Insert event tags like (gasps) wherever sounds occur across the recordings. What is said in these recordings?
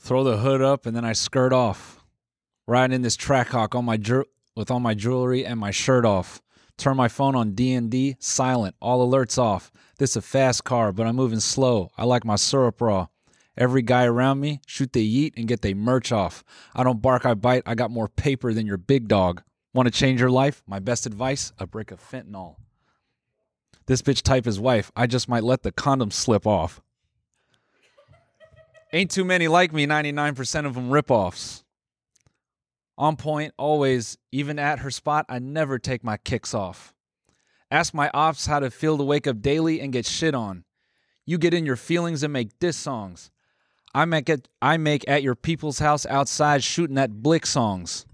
Throw the hood up and then I skirt off. Riding in this trackhawk on my jer- with all my jewelry and my shirt off. Turn my phone on D&D, silent, all alerts off. This a fast car, but I'm moving slow. I like my syrup raw. Every guy around me, shoot they yeet and get they merch off. I don't bark, I bite. I got more paper than your big dog. Want to change your life? My best advice, a brick of fentanyl. This bitch type his wife. I just might let the condom slip off. Ain't too many like me, 99% of them ripoffs. On point, always, even at her spot, I never take my kicks off. Ask my ops how to feel to wake up daily and get shit on. You get in your feelings and make diss songs. I make at, I make at your people's house outside shooting at Blick songs.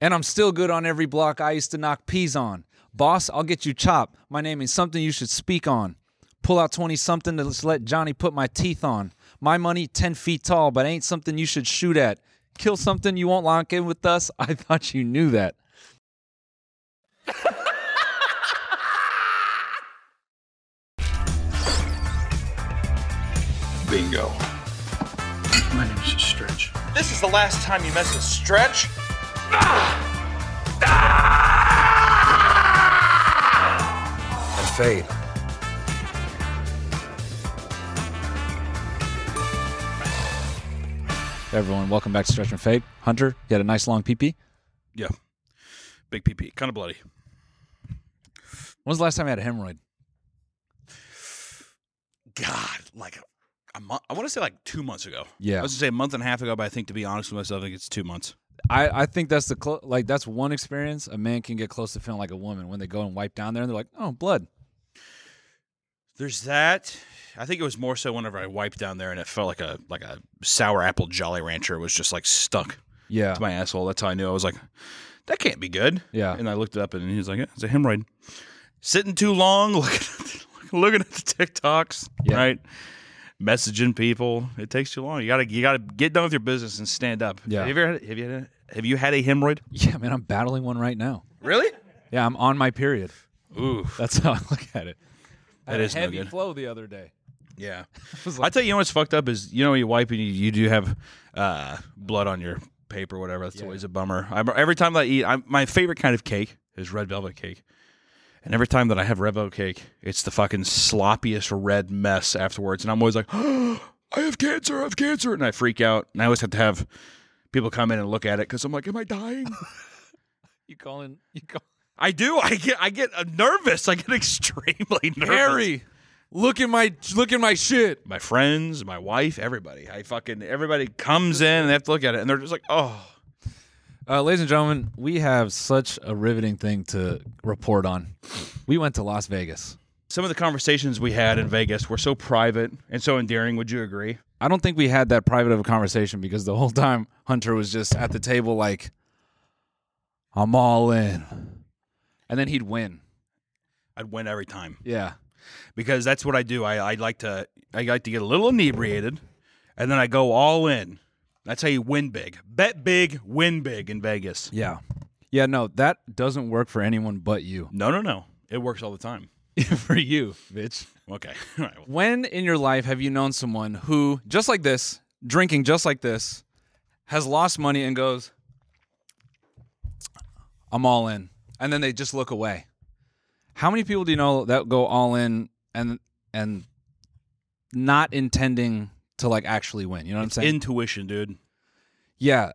And I'm still good on every block I used to knock peas on. Boss, I'll get you chopped. My name is something you should speak on. Pull out 20 something to just let Johnny put my teeth on. My money 10 feet tall, but ain't something you should shoot at. Kill something you won't lock in with us. (laughs) I thought you knew that. Bingo. My name's Stretch. This is the last time you mess with Stretch. (laughs) And Fade. Everyone, welcome back to Stretch and Fade. Hunter, you had a nice long PP. Yeah. Big PP. Kind of bloody. When was the last time you had a hemorrhoid? God, like a- a month. I want to say like two months ago. Yeah. I was gonna say a month and a half ago, but I think to be honest with myself, I think it's two months. I, I think that's the clo- like that's one experience a man can get close to feeling like a woman when they go and wipe down there and they're like, oh, blood. There's that. I think it was more so whenever I wiped down there and it felt like a like a sour apple Jolly Rancher was just like stuck Yeah, to my asshole. That's how I knew. I was like, that can't be good. Yeah. And I looked it up and he was like, yeah, it's a hemorrhoid. Sitting too long, (laughs) looking at the, looking at the TikToks, Yeah. right? Messaging people. It takes too long. You gotta you gotta get done with your business and stand up. Yeah. Have you ever had, have you had a, have you had a hemorrhoid? (laughs) yeah, man, I'm battling one right now. Really? Yeah, I'm on my period. Ooh. That's how I look at it. I had That is a no heavy good. flow the other day. Yeah. was I tell you, you know what's fucked up is you know when you wipe and you, you do have uh, blood on your paper or whatever. That's always a bummer. I, every time that I eat, I'm, my favorite kind of cake is red velvet cake. And every time that I have red velvet cake, it's the fucking sloppiest red mess afterwards. And I'm always like, (gasps) I have cancer, I have cancer. And I freak out. And I always have to have people come in and look at it because I'm like, am I dying? You calling? You call I do. I get I get uh, nervous. I get (laughs) extremely (laughs) nervous. Harry? Look at my look at my shit. my friends, my wife, everybody. I fucking everybody comes in and they have to look at it and they're just like, oh, Uh, ladies and gentlemen, we have such a riveting thing to report on. We went to Las Vegas. some of the conversations we had in Vegas were so private and so endearing. Would you agree? I don't think we had that private of a conversation because the whole time Hunter was just at the table like, I'm all in. And then he'd win. I'd win every time Yeah. because that's what I do. I I like to I like to get a little inebriated, and then I go all in. That's how you win big. Bet big, win big in Vegas. Yeah. Yeah, no, that doesn't work for anyone but you. No, no, no. It works all the time. (laughs) for you, bitch. Okay. (laughs) All right. Well, When in your life have you known someone who, just like this, drinking just like this, has lost money and goes, I'm all in. And then they just look away. How many people do you know that go all in and and not intending to like actually win? You know what I'm saying? Intuition, dude. yeah.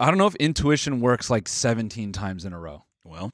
I don't know if intuition works like 17 times in a row. Well,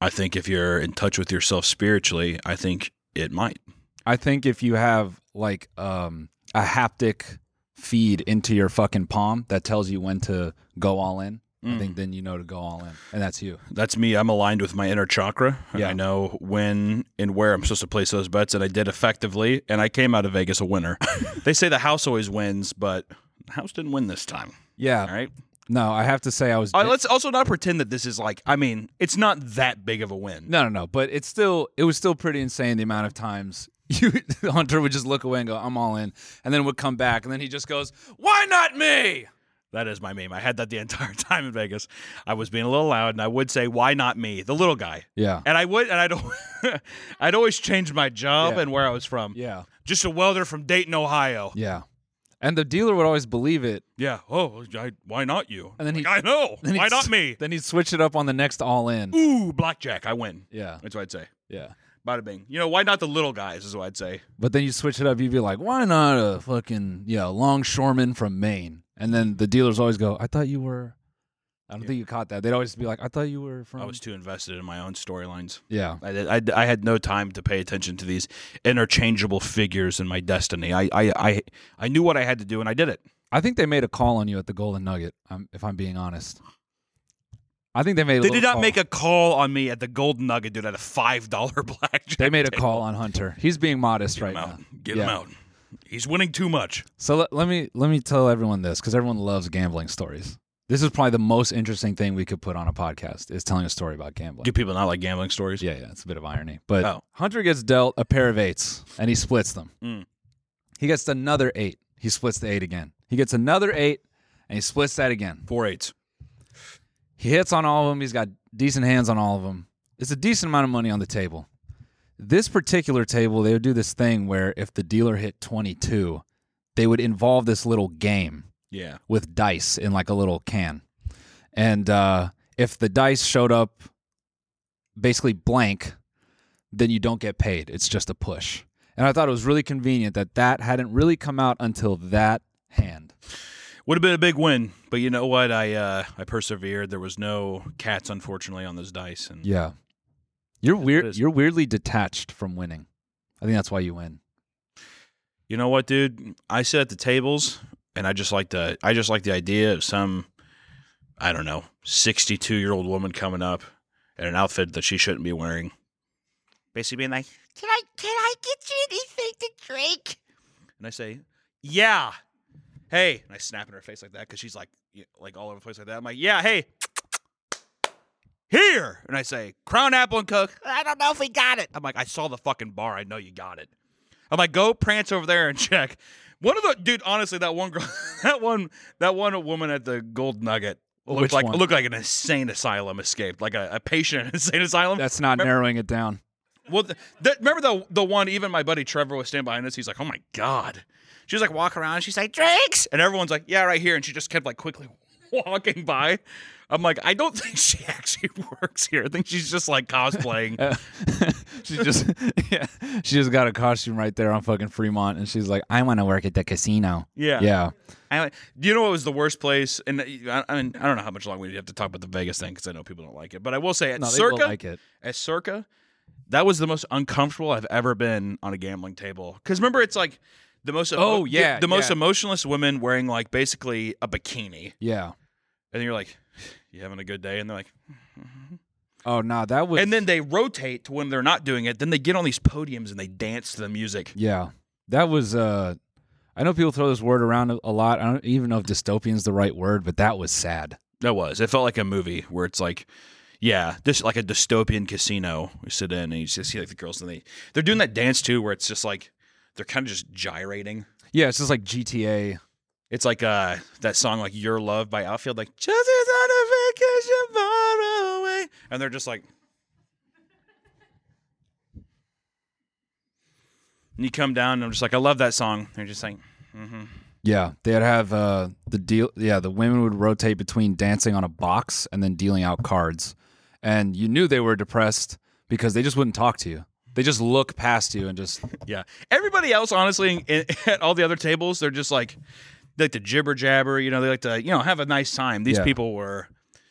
I think if you're in touch with yourself spiritually, I think it might. I think if you have like um, a haptic feed into your fucking palm that tells you when to go all in, I Mm. think then you know to go all in, and that's you. That's me. I'm aligned with my inner chakra. And Yeah. I know when and where I'm supposed to place those bets, and I did effectively. And I came out of Vegas (laughs) a winner. they say the house always wins, but the house didn't win this time. Yeah. All right. No, I have to say I was. Uh, let's also not pretend that this is like. I mean, it's not that big of a win. No, no, no. But it's still it was still pretty insane the amount of times (laughs) you Hunter would just look away and go, "I'm all in," and then would come back, and then he just goes, "Why not me?" That is my meme. I had that the (laughs) entire time in Vegas. I was being a little loud, and I would say, "Why not me?" The little guy. Yeah. And I would, and I'd, al- (laughs) I'd always change my job Yeah. and where I was from. Yeah, Just a welder from Dayton, Ohio. yeah. And the dealer would always believe it. Yeah. Oh, I, why not you? And then he- Like, I know. Then he'd Why not s- me? Then he'd switch it up on the next all in. Ooh, blackjack. I win. Yeah, That's what I'd say. yeah. Bada bing. You know, why not the little guys? Is what I'd say. But then you switch it up. You'd be like, "Why not a fucking yeah longshoreman from Maine?" And then the dealers always go, "I thought you were." I don't think you caught that. They'd always be like, "I thought you were from." I was too invested in my own storylines. yeah, I, did- I, I had no time to pay attention to these interchangeable figures in my destiny. I, I, I, I knew what I had to do, and I did it. I think they made a call on you at the Golden Nugget. Um, if I'm being honest, I think they made. A They little did not call. make a call on me at the Golden Nugget, dude, at a five dollar (laughs) blackjack. They made a table. call on Hunter. He's being modest Get right him now. out. Get him Yeah. out. He's winning too much. So let, let me let me tell everyone this because everyone loves gambling stories. This is probably the most interesting thing we could put on a podcast is telling a story about gambling. Get people not like gambling stories. Yeah, yeah, it's a bit of irony. But Oh. Hunter gets dealt a pair of eights and he splits them. Mm. He gets another eight. He splits the eight again. He gets another eight and he splits that again. Four eights. He hits on all of them. He's got decent hands on all of them. It's a decent amount of money on the table. This particular table, they would do this thing where if the dealer hit 22, they would involve this little game Yeah. with dice in like a little can. And uh, if the dice showed up basically blank, then you don't get paid. It's just a push. And I thought it was really convenient that that hadn't really come out until that hand. Would have been a big win, but you know what? I uh, I persevered. There was no cats, unfortunately, on those dice, and Yeah. You're It weird is. you're weirdly detached from winning. I think that's why you win. You know what, dude? I sit at the tables, and I just like the I just like the idea of some, I don't know, sixty-two year old woman coming up in an outfit that she shouldn't be wearing, basically being like, Can I can I get you anything to drink? and I say, "Yeah, hey," and I snap in her face like that because she's like, y- like all over the place like that. I'm like, "Yeah, hey, here," and I say, "Crown apple and coke." I don't know if we got it. I'm like, I saw the fucking bar. I know you got it. I'm like, go prance over there and check. One of the dude, honestly, that one girl, (laughs) that one, that one woman at the Gold Nugget looked Which like one? looked like an insane asylum escaped, like a, a patient in an insane asylum. That's not narrowing it down. (laughs) Well, th- that, remember the the one. Even my buddy Trevor was standing behind us. He's like, "Oh my god!" She was like walking around. She's like, "Drinks," and everyone's like, "Yeah, right here." And she just kept like quickly (laughs) walking by. I'm like, I don't (laughs) think she actually works here. I think she's just like cosplaying. (laughs) she just (laughs) yeah, she just got a costume right there on fucking Fremont and she's like, I want to work at the casino. Yeah. Yeah. I, do you know what was the worst place? And uh, I, I mean, I don't know how much longer we have to talk about the Vegas thing because I know people don't like it. But I will say, at No, they will Circa, like it. at Circa, that was the most uncomfortable I've ever been on a gambling table. Because remember, it's like the most Oh, the- yeah, the, most yeah. emotionless women wearing like basically a bikini, Yeah. and you're like, "You having a good day?" And they're like, Oh no, that was and then they rotate to when they're not doing it. Then they get on these podiums and they dance to the music. yeah, that was. uh I know people throw this word around a- a lot. I don't even know if dystopian is the right word, but that was sad. That was. It felt like a movie where it's like, yeah, this like a dystopian casino. We sit in and you just see like the girls and they they're doing that dance too, where it's just like they're kind of just gyrating. Yeah, it's just like GTA. It's like uh that song like Your Love by Outfield, like just as on a vacation far away, and they're just like. And you come down, and I'm just like, I love that song. They're just like, Yeah, they'd have uh, the deal. Yeah, the women would rotate between dancing on a box and then dealing out cards, and you knew they were depressed because they just wouldn't talk to you. They just look past you and just Yeah. Everybody else, honestly, in, (laughs) at all the other tables, they're just like, they like to jibber jabber. You know, they like to, you know, have a nice time. These Yeah. people were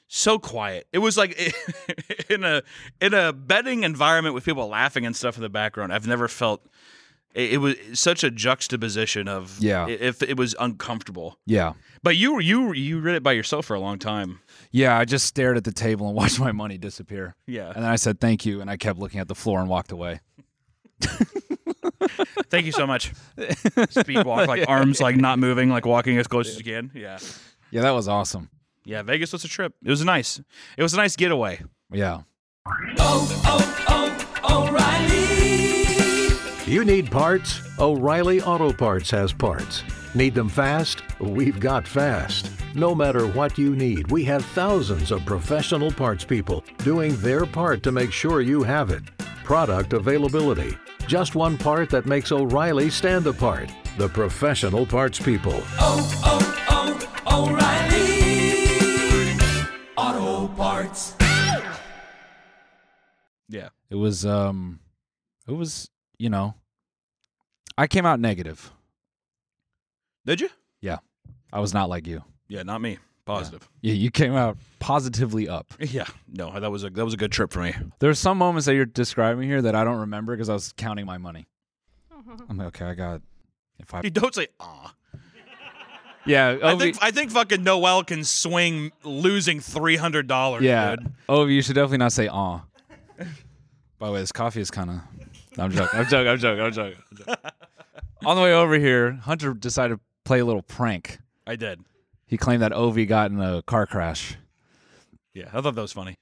so quiet. It was like (laughs) in a in a betting environment with people laughing and stuff in the background. I've never felt It, it was such a juxtaposition of Yeah. i- If it was uncomfortable, Yeah. but you you you read it by yourself for a long time. Yeah, I just stared at the table and (laughs) watched my money disappear. Yeah. And then I said thank you and I kept looking at the floor and walked away. Thank you (laughs) so much. Speed walk, like arms like not moving, like walking as close as you can. Yeah. Yeah, that was awesome. Yeah, Vegas was a trip. It was nice. It was a nice getaway. Yeah. You need parts? O'Reilly Auto Parts has parts. Need them fast? We've got fast. No matter what you need, we have thousands of professional parts people doing their part to make sure you have it. Product availability. Just one part that makes O'Reilly stand apart. The professional parts people. Yeah. It was um it was, you know, I came out negative. Did you? Yeah. I was not like you. Yeah, not me. Positive. Yeah, you came out positively up. Yeah. No, that was a that was a good trip for me. There are some moments that you're describing here that I don't remember because I was counting my money. (laughs) I'm like, okay, I got if I You don't say ah. yeah, I Ovi- think I think fucking Noel can swing losing three hundred dollars. yeah. dude. Ovi, you should definitely not say ah. By the way, this coffee is kind of. I'm joking. I'm joking. I'm joking. I'm joking. I'm joking. On the way over here, Hunter decided to play a little prank. I did. He claimed that Ovi got in a car crash. Yeah, I thought that was funny.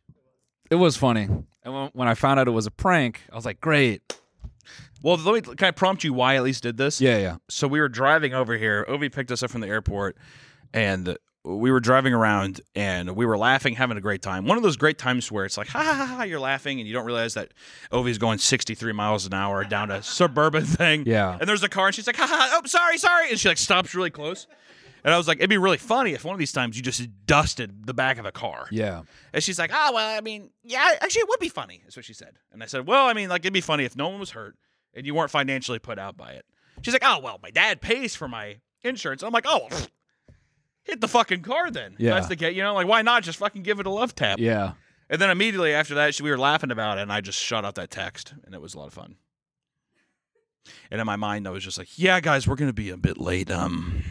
It was funny, and when, when I found out it was a prank, I was like, great. Well, let me can I prompt you why I at least did this? Yeah, yeah. so we were driving over here. Ovi picked us up from the airport, and we were driving around, and we were laughing, having a great time. One of those great times where it's like, ha ha ha, ha you're laughing, and you don't realize that Ovi's going 63 miles an hour down a suburban (laughs) thing. Yeah. And there's a car, and she's like, ha ha, oh sorry, sorry, and she like stops really close. And I was like, it'd be really funny if one of these times you just dusted the back of a car. Yeah. And she's like, ah, well, I mean, yeah, actually, it would be funny, is what she said. And I said, well, I mean, like, it'd be funny if no one was hurt and you weren't financially put out by it. She's like, oh, well, my dad pays for my insurance. I'm like, oh, well, hit the fucking car then. If Yeah. That's the case. You know, like, why not just fucking give it a love tap? Yeah. And then immediately after that, she, we were laughing about it, and I just shot out that text, and it was a lot of fun. And in my mind, I was just like, yeah, guys, we're going to be a bit late. Um,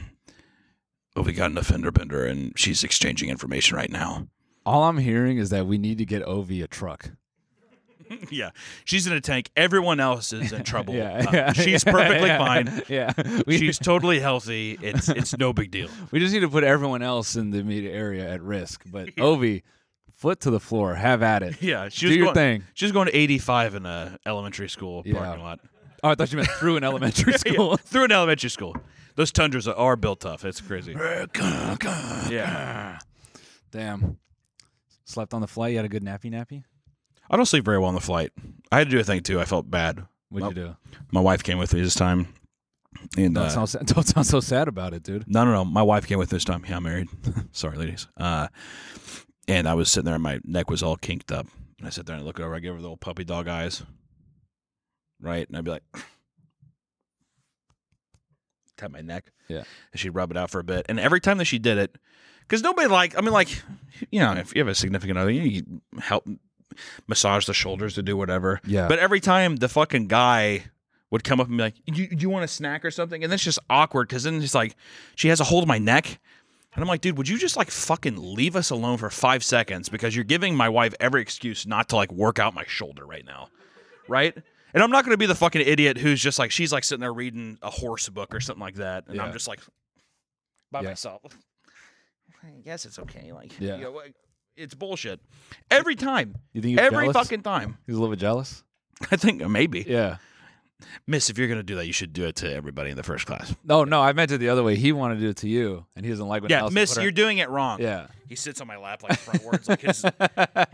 oh, we got an offender bender, and she's exchanging information right now. All I'm hearing is that we need to get Ovi a truck. Yeah, she's in a tank. Everyone else (laughs) is in trouble. Yeah, Uh, yeah, she's yeah, (laughs) perfectly yeah, fine. Yeah, we, She's totally healthy. It's it's no big deal. we just need to put everyone else in the immediate area at risk. But (laughs) Ovi, foot to the floor, have at it. Yeah, she Do was your going, thing. She was going to 85 in a elementary school Yeah. parking (laughs) lot. Oh, I thought you meant through an (laughs) elementary (laughs) school. Through an elementary school. Those tundras are built tough. It's crazy. Yeah, (laughs) Damn. Slept on the flight. You had a good nappy nappy. I don't sleep very well on the flight. I had to do a thing too. I felt bad. What'd you do? My wife came with me this time, and Don't uh, sound, sa- don't sound so sad about it, dude. No, no, no. My wife came with this time. Yeah, I'm married. (laughs) Sorry, ladies. Uh, and I was sitting there, and my neck was all kinked up. And I sit there and I look over. I give her the little puppy dog eyes, right? And I'd be like, (sniffs) tap my neck. Yeah. And she'd rub it out for a bit. And every time that she did it, because nobody like, I mean, like, you know, if you have a significant other, you, you help massage the shoulders to do whatever. Yeah. But every time the fucking guy would come up and be like, "You you want a snack or something?" And that's just awkward because then it's like she has a hold of my neck, and I'm like, "Dude, would you just like fucking leave us alone for five seconds? Because you're giving my wife every excuse not to like work out my shoulder right now, right?" And I'm not going to be the fucking idiot who's just like she's like sitting there reading a horse book or something like that, and Yeah. I'm just like by Yeah. myself. I guess it's okay. Like, Yeah. you know, like, it's bullshit. Every time, You think he was every jealous? fucking time. He's a little bit jealous. (laughs) I think uh, maybe. Yeah. Miss, if you're going to do that, you should do it to everybody in the first class. No, no, I meant it the other way. He wanted to do it to you, and he doesn't like when. Yeah, Allison Miss, put her- you're doing it wrong. Yeah. He sits on my lap like frontwards, like his,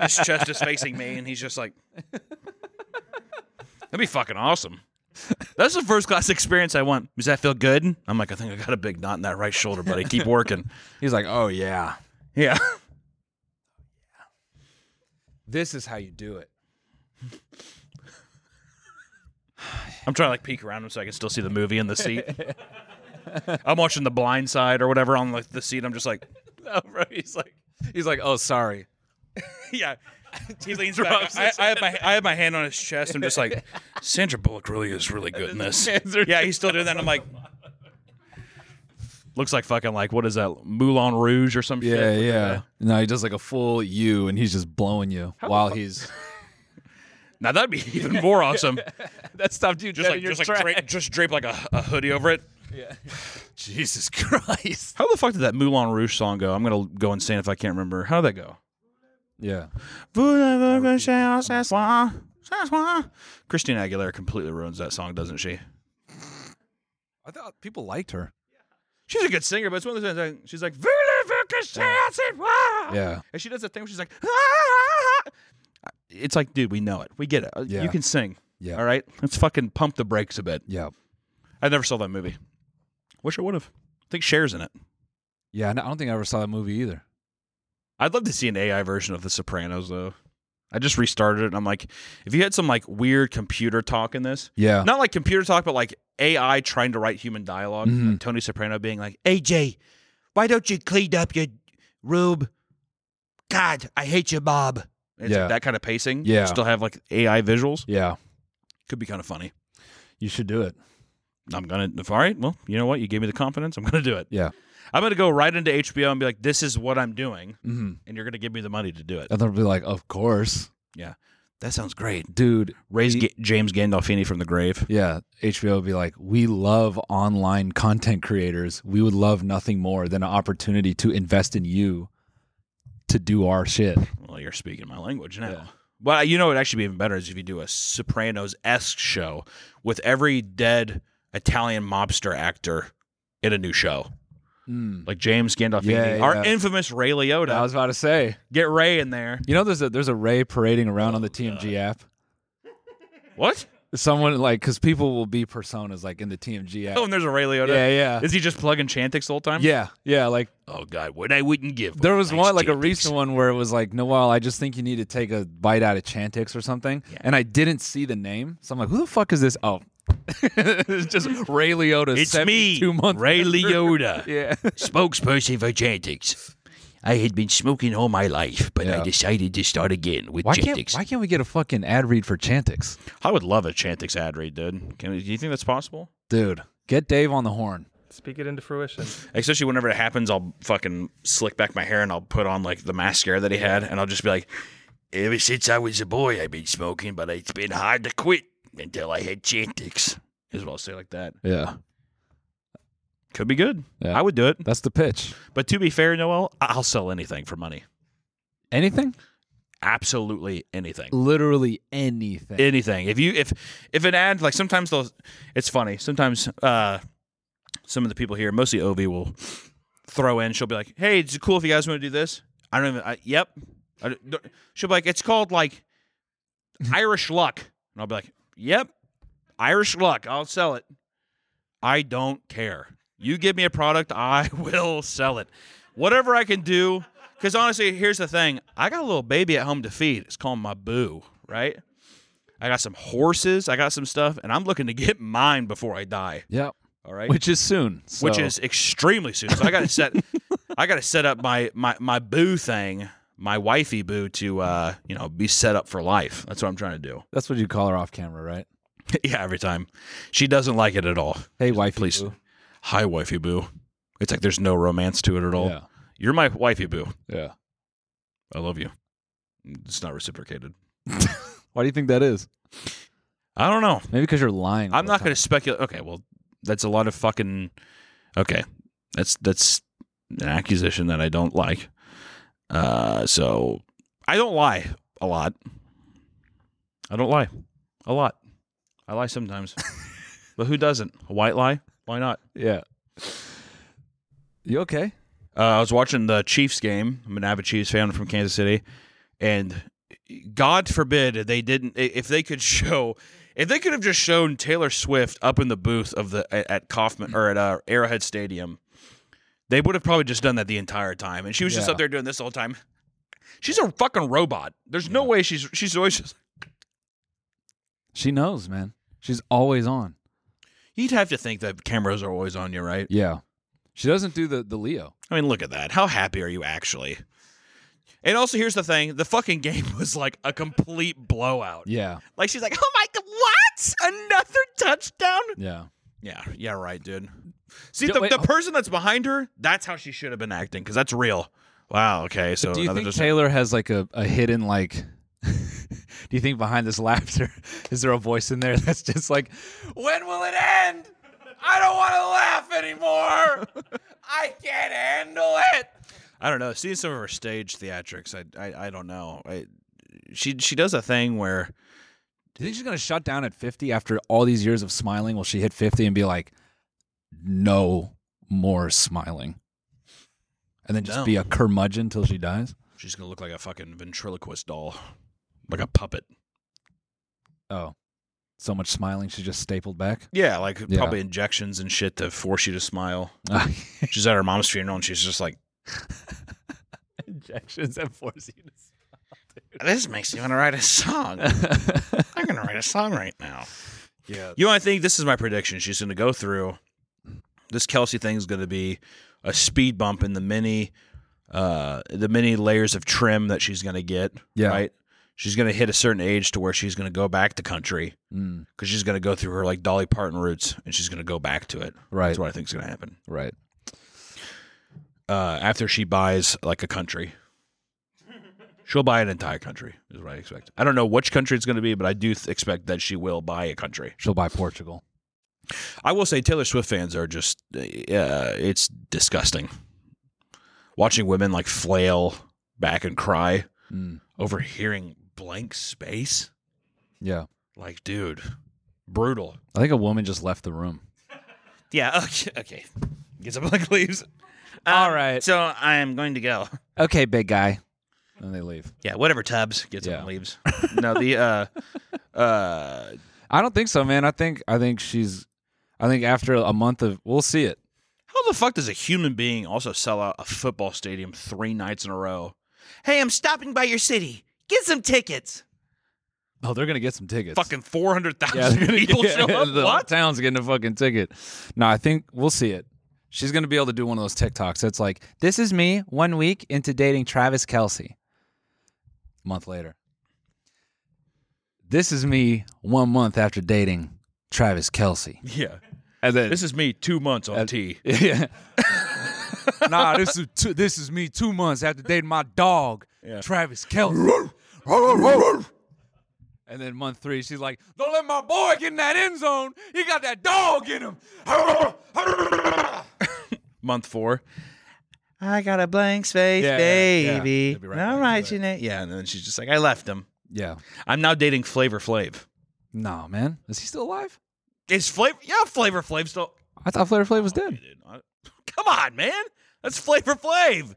his chest is facing me, and he's (laughs) just like, that'd be fucking awesome. That's the first class experience I want. Does that feel good? I'm like, I think I got a big knot in that right shoulder, (laughs) buddy. Keep working. He's like, oh yeah, yeah. this is how you do it. I'm trying to like peek around him so I can still see the movie in the (laughs) seat. I'm watching The Blind Side or whatever on like the seat. I'm just like, He's like, he's like, oh sorry. yeah. (laughs) he (laughs) leans back. I, I, have my, I have my hand on his chest. I'm just like, Sandra Bullock really is really good in (laughs) this. Yeah, he's still doing that. I'm like, looks like fucking like what is that Moulin Rouge or some Yeah, shit? yeah. No, he does like a full U, and he's just blowing you while (laughs) he's. Now that'd be even more (laughs) awesome. that stopped you Just like just like drape, just drape like a, a hoodie over it. Jesus Christ. How the fuck did that Moulin Rouge song go? I'm gonna go insane if I can't remember. How did that go? Yeah. Christina Aguilera completely ruins that song, doesn't she? I thought people liked her. She's a good singer, but it's one of those things. Like, she's like, "Voulez-vous que je fasse it moi?" Yeah. and she does that thing where she's like, "Ah." it's like, dude, we know it, we get it. Uh, Yeah. You can sing. Yeah. All right, let's fucking pump the brakes a bit. Yeah. I never saw that movie. Wish I would have. I think Cher's in it. Yeah. and I don't think I ever saw that movie either. I'd love to see an AI version of The Sopranos though. I just restarted it and I'm like, if you had some like weird computer talk in this, Yeah. (laughs) not like computer talk, but like AI trying to write human dialog Mm-hmm. like Tony Soprano being like, AJ, why don't you clean up your rube? God, I hate you, Bob. It's Yeah. like that kind of pacing. Yeah. Still have like AI visuals. Yeah. Could be kind of funny. You should do it. I'm gonna all right, well, you know what? You gave me the confidence. I'm gonna do it. Yeah. I'm gonna go right into HBO and be like, this is what I'm doing, Mm-hmm. and you're gonna give me the money to do it. And they'll be like, of course. Yeah. That sounds great. Dude. Raise Ga- James Gandolfini from the grave. Yeah. HBO would be like, we love online content creators. We would love nothing more than an opportunity to invest in you to do our shit. Well, you're speaking my language now. Well, you know what would actually be even better is if you do a Sopranos esque show with every dead Italian mobster actor in a new show. Like James Gandolfini, Hmm. Yeah, yeah. our infamous Ray Liotta. I was about to say, Get Ray in there. you know, there's a there's a Ray parading around Oh, on the TMG app. What? Someone like, because people will be personas like in the TMG app. Oh, and there's a Ray Liotta. Yeah, yeah. Is he just plugging Chantix the whole time? Yeah, yeah. Like Oh God, what I wouldn't give. there was Thanks, one, like a Chantix. recent one where it was like, Noel, I just think you need to take a bite out of Chantix or something. And I didn't see the name, so I'm like, who the fuck is this? Oh, (laughs) it's just Ray Liotta. It's me, Two months. Ray (laughs) Liotta. yeah. spokesperson for Chantix. I had been smoking all my life, but Yeah. I decided to start again with Why can't Chantix. Why can't we get a fucking ad read for Chantix, I would love a Chantix ad read, dude. Can, do you think that's possible? dude? Get Dave on the horn. Speak it into fruition. Especially whenever it happens, I'll fucking slick back my hair and I'll put on like the mascara that he had, and I'll just be like, "Ever since I was a boy, I've been smoking, but it's been hard to quit until I had Chantix." Is what I'll say like that. Yeah, Could be good. Yeah. I would do it. that's the pitch. But to be fair, Noel, I- I'll sell anything for money. Anything? Absolutely anything. Literally anything. anything. If you if if an ad like sometimes they'll it's funny. Sometimes uh some of the people here, mostly Ovi, will throw in. She'll be like, "Hey, it's cool if you guys want to do this." I don't even. I, yep. I don't- don't- she'll be like, "It's called like Irish luck," and I'll be like, "Yep, Irish luck. I'll sell it. I don't care. You give me a product, I (laughs) will sell it. Whatever I can do." Because honestly, here's the thing: I got a little baby at home to feed. It's called my boo, right? I got some horses. I got some stuff, and I'm looking to get mine before I die. yeah. All right, Which is soon. which so- is extremely soon. So I got (laughs) to set, I got to set up my my my boo thing, my wifey boo to uh you know be set up for life. That's what I'm trying to do. (laughs) that's what you call her off camera, right? yeah, every time she doesn't like it at all. Hey, wifey. Please, boo. hi wifey boo. It's like there's no romance to it at all. Yeah. You're my wifey boo. Yeah. I love you. It's not reciprocated. Why do you think that is? I don't know. Maybe because you're lying. all I'm the not time. going to speculate. Okay, well, that's a lot of fucking. Okay, that's that's an accusation that I don't like. Uh, so I don't lie a lot. I don't lie a lot. I lie sometimes, but who doesn't? A white lie? Why not? Yeah. You okay? Uh, I was watching the Chiefs game. I'm an avid Chiefs fan from Kansas City, and God forbid they didn't. i- If they could (laughs) show, if they could have just shown Taylor Swift up in the booth of the at- at Kauffman or at uh, Arrowhead Stadium, they would have probably just done that the entire time. And she was just Yeah. up there doing this the whole time. She's a fucking robot. There's no way she's she's always just. She knows, man. She's always on. You'd have to think that cameras are always on you, right? Yeah. She doesn't do the, the Leo. I mean, look at that. How happy are you actually? And also, here's the thing: the fucking game (laughs) was like a complete blowout. Yeah. Like she's like, "Oh my god, what? Another touchdown?" Yeah. Yeah, yeah, right, dude. See, Do- the, wait, oh. the hold- person that's behind her, that's how she should have been acting because that's real. Wow. Okay. So Do you another think just- Taylor has like a, a hidden like? (laughs) do you think behind this laughter (laughs) is there a voice in there that's just like, when will it end? I don't want to laugh anymore. I can't handle it. I don't know. Seeing some of her stage theatrics, I I, I don't know. I she she does a thing where Do you think she's gonna shut down at fifty after all these years of smiling? Will she hit fifty and be like, no more smiling, and then just No. be a curmudgeon till she dies? she's gonna look like a fucking ventriloquist doll, like a puppet. Oh, so much smiling she's just stapled back. (laughs) Yeah, like Yeah. probably injections and shit to force you to smile. She's at her mom's funeral and she's just like, (laughs) Injections that force you to. "This makes me want to write a song. I'm gonna write a song right now." Yeah. You know, I think this is my prediction. She's going to go through this Kelsey thing is going to be a speed bump in the many, uh, the many layers of trim that she's going to get. Yeah. Right. She's going to hit a certain age to where she's going to go back to country Mm, because she's going to go through her like Dolly Parton roots and she's going to go back to it. right. That's what I think is going to happen. Right. Uh, after she buys like a country, she'll buy an entire country. Is what I expect. I don't know which country it's going to be, but I do th- expect that she will buy a country. She'll buy Portugal. I will say Taylor Swift fans are just uh, it's disgusting. Watching women like flail back and cry Mm, over hearing blank space. yeah. Like, dude, brutal. I think a woman just left the room. Yeah, okay. okay. Gets up like leaves. Um, All right. So I am going to go. Okay, big guy. And they leave. Yeah, whatever Tubbs gets Yeah. up and leaves. (laughs) no, the uh uh I don't think so, man. I think I think she's I think after a month of we'll see it. How the fuck does a human being also sell out a football stadium three nights in a row? Hey, I'm stopping by your city. Get some tickets. Oh, they're gonna get some tickets. Fucking 400,000 yeah, they're gonna (laughs) people get- show up. The whole What? town's getting a fucking ticket. No, I think we'll see it. She's gonna be able to do one of those TikToks. That's like, this is me one week into dating Travis Kelsey. month later. This is me one month after dating Travis (laughs) Kelsey. Yeah. And then This is me two months Uh, on T. Yeah. (laughs) nah, this is two, this is me two months after dating my dog, Travis Kelsey. and then month three, she's like, "Don't let my boy get in that end zone. He got that dog in him." Month four. I got a blank space, Yeah, yeah, yeah. baby. They'll be right All back. right, you know. Yeah, and then she's just like, I left him. (laughs) Yeah. I'm now dating Flavor Flav. Nah, man, is he still alive? Is Flavor? Yeah, Flavor Flav still. I thought Flavor Flav was dead. Dude, I- (laughs) Come on, man. That's Flavor Flav.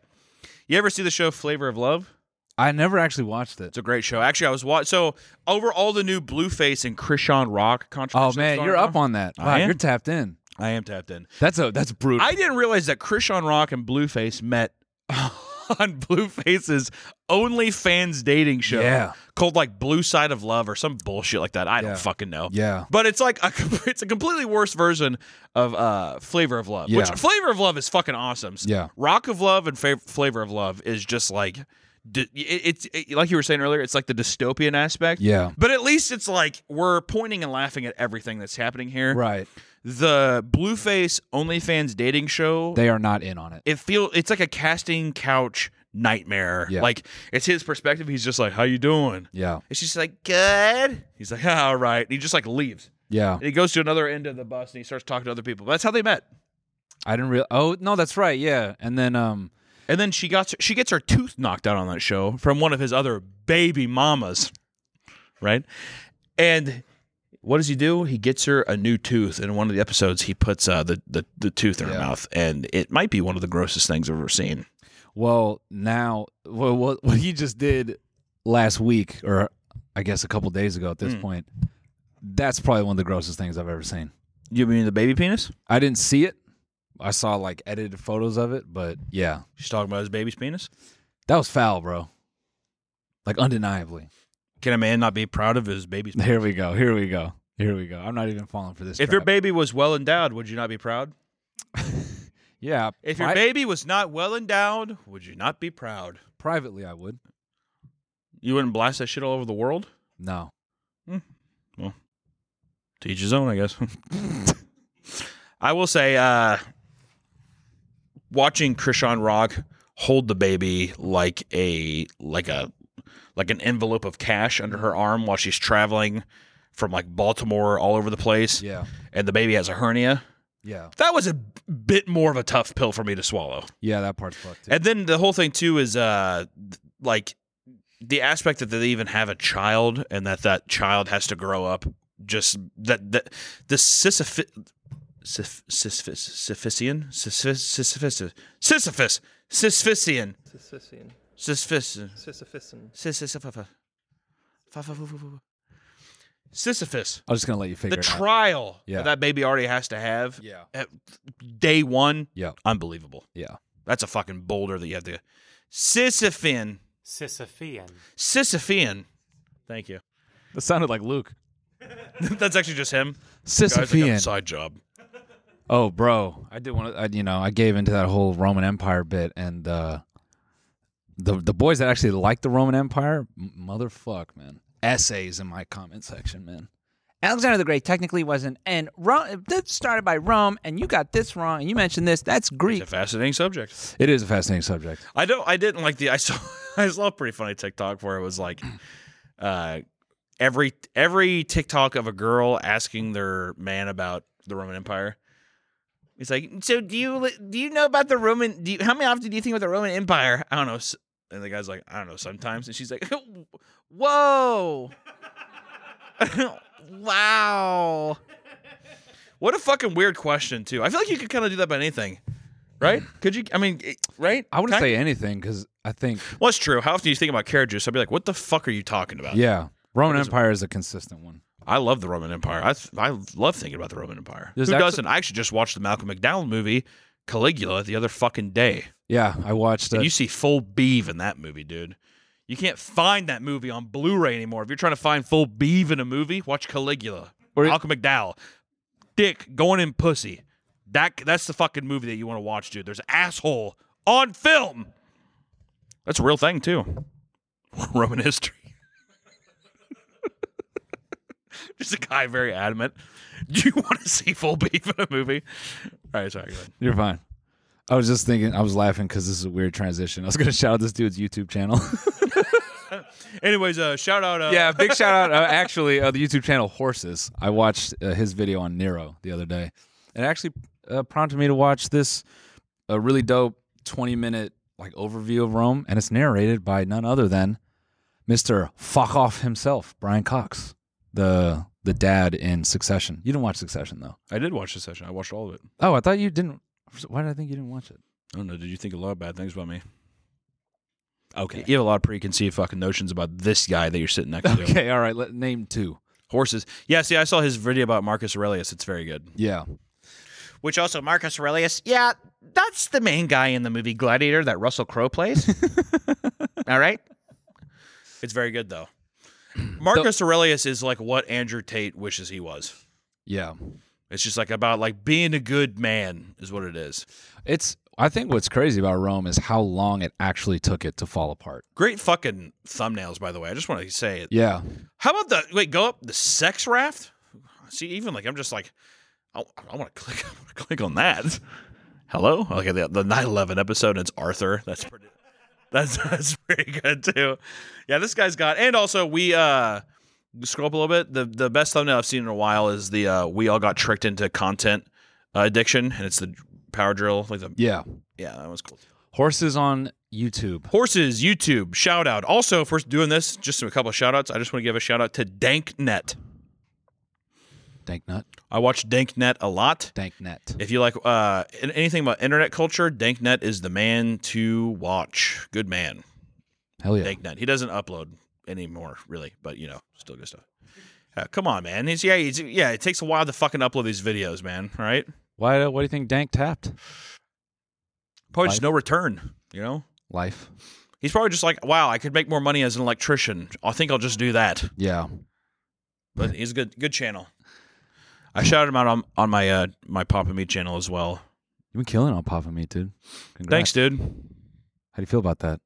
You ever see the show Flavor of Love? I never actually watched it. It's a great show. Actually, I was watching. So, over all the new Blueface and Krishan Rock Oh controversies. man, going you're up on that. I Wow, am. you're tapped in. I am tapped in. That's a that's brutal. I didn't realize that Krishan Rock and Blueface met (laughs) on Blueface's OnlyFans dating show. Yeah. Called like Blue Side of Love or some bullshit like that. I don't Yeah. fucking know. yeah. But it's like a (laughs) com- it's a completely worse version of uh Flavor of Love, which Yeah. Flavor of Love is fucking awesome. Yeah. Rock of Love and Fav- Flavor of Love is just like di- it- it's it- like you were saying earlier, it's like the dystopian aspect. Yeah. But at least it's like we're pointing and laughing at everything that's happening here. Right. The Blueface OnlyFans dating show They are not in on it. it feel it's like a casting couch nightmare. Yeah. Like it's his perspective. He's just like, "How you doing?" Yeah. And she's like, "Good." He's like, "All right." And he just like leaves. Yeah. And he goes to another end of the bus and he starts talking to other people. That's how they met. I didn't real. Oh no, that's right. Yeah, and then um, And then she got she gets her tooth knocked out on that show from one of his other baby mamas, right? And what does he do? He gets her a new tooth. In one of the episodes, he puts uh, the, the the tooth in her Yeah. mouth, and it might be one of the grossest things I've ever seen. well now, well, what what he just did last week, or I guess a couple days ago at this point, that's probably one of the grossest things I've ever seen. You mean the baby penis? I didn't see it. I saw like edited photos of it, but yeah, She's talking about his baby's penis. that was foul, bro. Like undeniably. Can a man not be proud of his baby's? Here we go. Here we go. Here we go. I'm not even falling for this. If your trap. baby was well endowed, would you not be proud? Yeah. If your pri- baby was not well endowed, would you not be proud? privately, I would. You wouldn't blast that shit all over the world? No. Teach his own, I guess. (laughs) I will say, uh, watching Krishan Rock hold the baby like a like a like an envelope of cash under her arm while she's traveling from like Baltimore all over the place, Yeah. and the baby has a hernia. Yeah. That was a bit more of a tough pill for me to swallow. Yeah. That part's fucked. Too. And then the whole thing too is uh th- like the aspect that they even have a child and that that child has to grow up just that that the Sisyphus Sisyphus Sisyphusian Sisyphus Sisyphus Sisyphus Sisyphusian Sisyphean. Sisyphus Sisyphean. Sisyphus Sisyphus I'm just gonna let you figure the it out. trial Yeah. that that baby already has to have Yeah. at day one Yeah. unbelievable Yeah. that's a fucking boulder that you have to Sisyphean. Sisyphean. Sisyphean. Thank you. (laughs) That sounded like Luke. That's actually just him. Guys, I got a Sisyphean. side job. Oh, bro, I did want to. I, you know, I gave into that whole Roman Empire bit, and uh, the the boys that actually liked the Roman Empire, m- motherfuck, man, essays in my comment section, man. Alexander the Great technically wasn't, and Rome started by Rome, and you got this wrong, and you mentioned this. That's It's Greek. a fascinating subject. It is a fascinating subject. I don't. I didn't like the. I saw. (laughs) I saw a pretty funny TikTok where it was like, uh, every every TikTok of a girl asking their man about the Roman Empire. It's like, so do you li- do you know about the Roman? Do you, how many often do you think about the Roman Empire? I don't know. S- And the guy's like, I don't know, sometimes. And she's like, (laughs) Whoa, (laughs) wow. What a fucking weird question, too. I feel like you could kind of do that about anything, right? Could you? I mean, it- right? I wouldn't Kinda- say anything because I think, well, it's true. How often do you think about carrot juice? I'd be like, what the fuck are you talking about? yeah, Roman Empire is a consistent one. I love the Roman Empire. I, th- I love thinking about the Roman Empire. There's Who actu- doesn't? I actually just watched the Malcolm McDowell movie, Caligula, the other fucking day. Yeah, I watched. Uh, And you see full beef in that movie, dude. You can't find that movie on Blu ray anymore. If you're trying to find full beef in a movie, watch Caligula. Or- Malcolm McDowell. Dick going in pussy. That That's the fucking movie that you want to watch, dude. There's asshole on film. That's a real thing, too. (laughs) Roman history. (laughs) Just a guy very adamant. (laughs) Do you want to see full beef in a movie? All right, sorry, go ahead. You're fine. I was just thinking. I was laughing because this is a weird transition. I was gonna (laughs) shout out this dude's YouTube channel. (laughs) Anyways, uh, shout out. Uh, yeah, big shout out. Uh, actually, uh, the YouTube channel Horses. I watched uh, his video on Nero the other day, and it actually uh, prompted me to watch this uh, really dope twenty minute like overview of Rome, and it's narrated by none other than Mister Fuck Off himself, Brian Cox, the the dad in Succession. You didn't watch Succession though. I did watch the session. I watched all of it. Oh, I thought you didn't. Why did I think you didn't watch it? I don't know. Did you think a lot of bad things about me? Okay. You have a lot of preconceived fucking notions about this guy that you're sitting next to. Okay, all right. Let name two. Horses. Yeah, see, I saw his video about Marcus Aurelius. It's very good. Yeah. Which also, Marcus Aurelius, yeah, that's the main guy in the movie Gladiator that Russell Crowe (laughs) plays. All right. It's very good, though. Marcus Aurelius is like what Andrew Tate wishes he was. Yeah. It's just like about like being a good man is what it is. It's I think what's crazy about Rome is how long it actually took it to fall apart. Great fucking thumbnails, by the way. I just want to say it. Yeah. How about the wait? Go up the sex raft. See, even like I'm just like, I, I want to click. (laughs) I want to click on that. Hello. Okay, the the 9/11 episode. It's Arthur. That's (laughs) pretty. That's (laughs) that's pretty good too. Yeah, this guy's got. And also we uh scroll up a little bit. The the best thumbnail I've seen in a while is the uh we all got tricked into content uh, addiction, and it's the power drill. Like the Yeah. yeah, that was cool. Horses on YouTube. Horses, YouTube, shout out. Also, if we're doing this, just a couple of shout outs. I just want to give a shout out to Danknet. Danknut. I watch Danknet a lot. Danknet. If you like uh, an- anything about internet culture, Danknet is the man to watch. Good man, Hell yeah. Danknet. He doesn't upload anymore, really, but you know, still good stuff. Uh, come on, man. He's yeah, he's, yeah. It takes a while to fucking upload these videos, man. All right, Why uh, what do you think Dank tapped? probably just no return. You know, Life. he's probably just like, wow, I could make more money as an electrician. I think I'll just do that. Yeah. but he's a good good channel. I shouted him out on on my uh, my Papa Me channel as well. You've been killing on Papa Meat, dude. Congrats. Thanks, dude. How do you feel about that?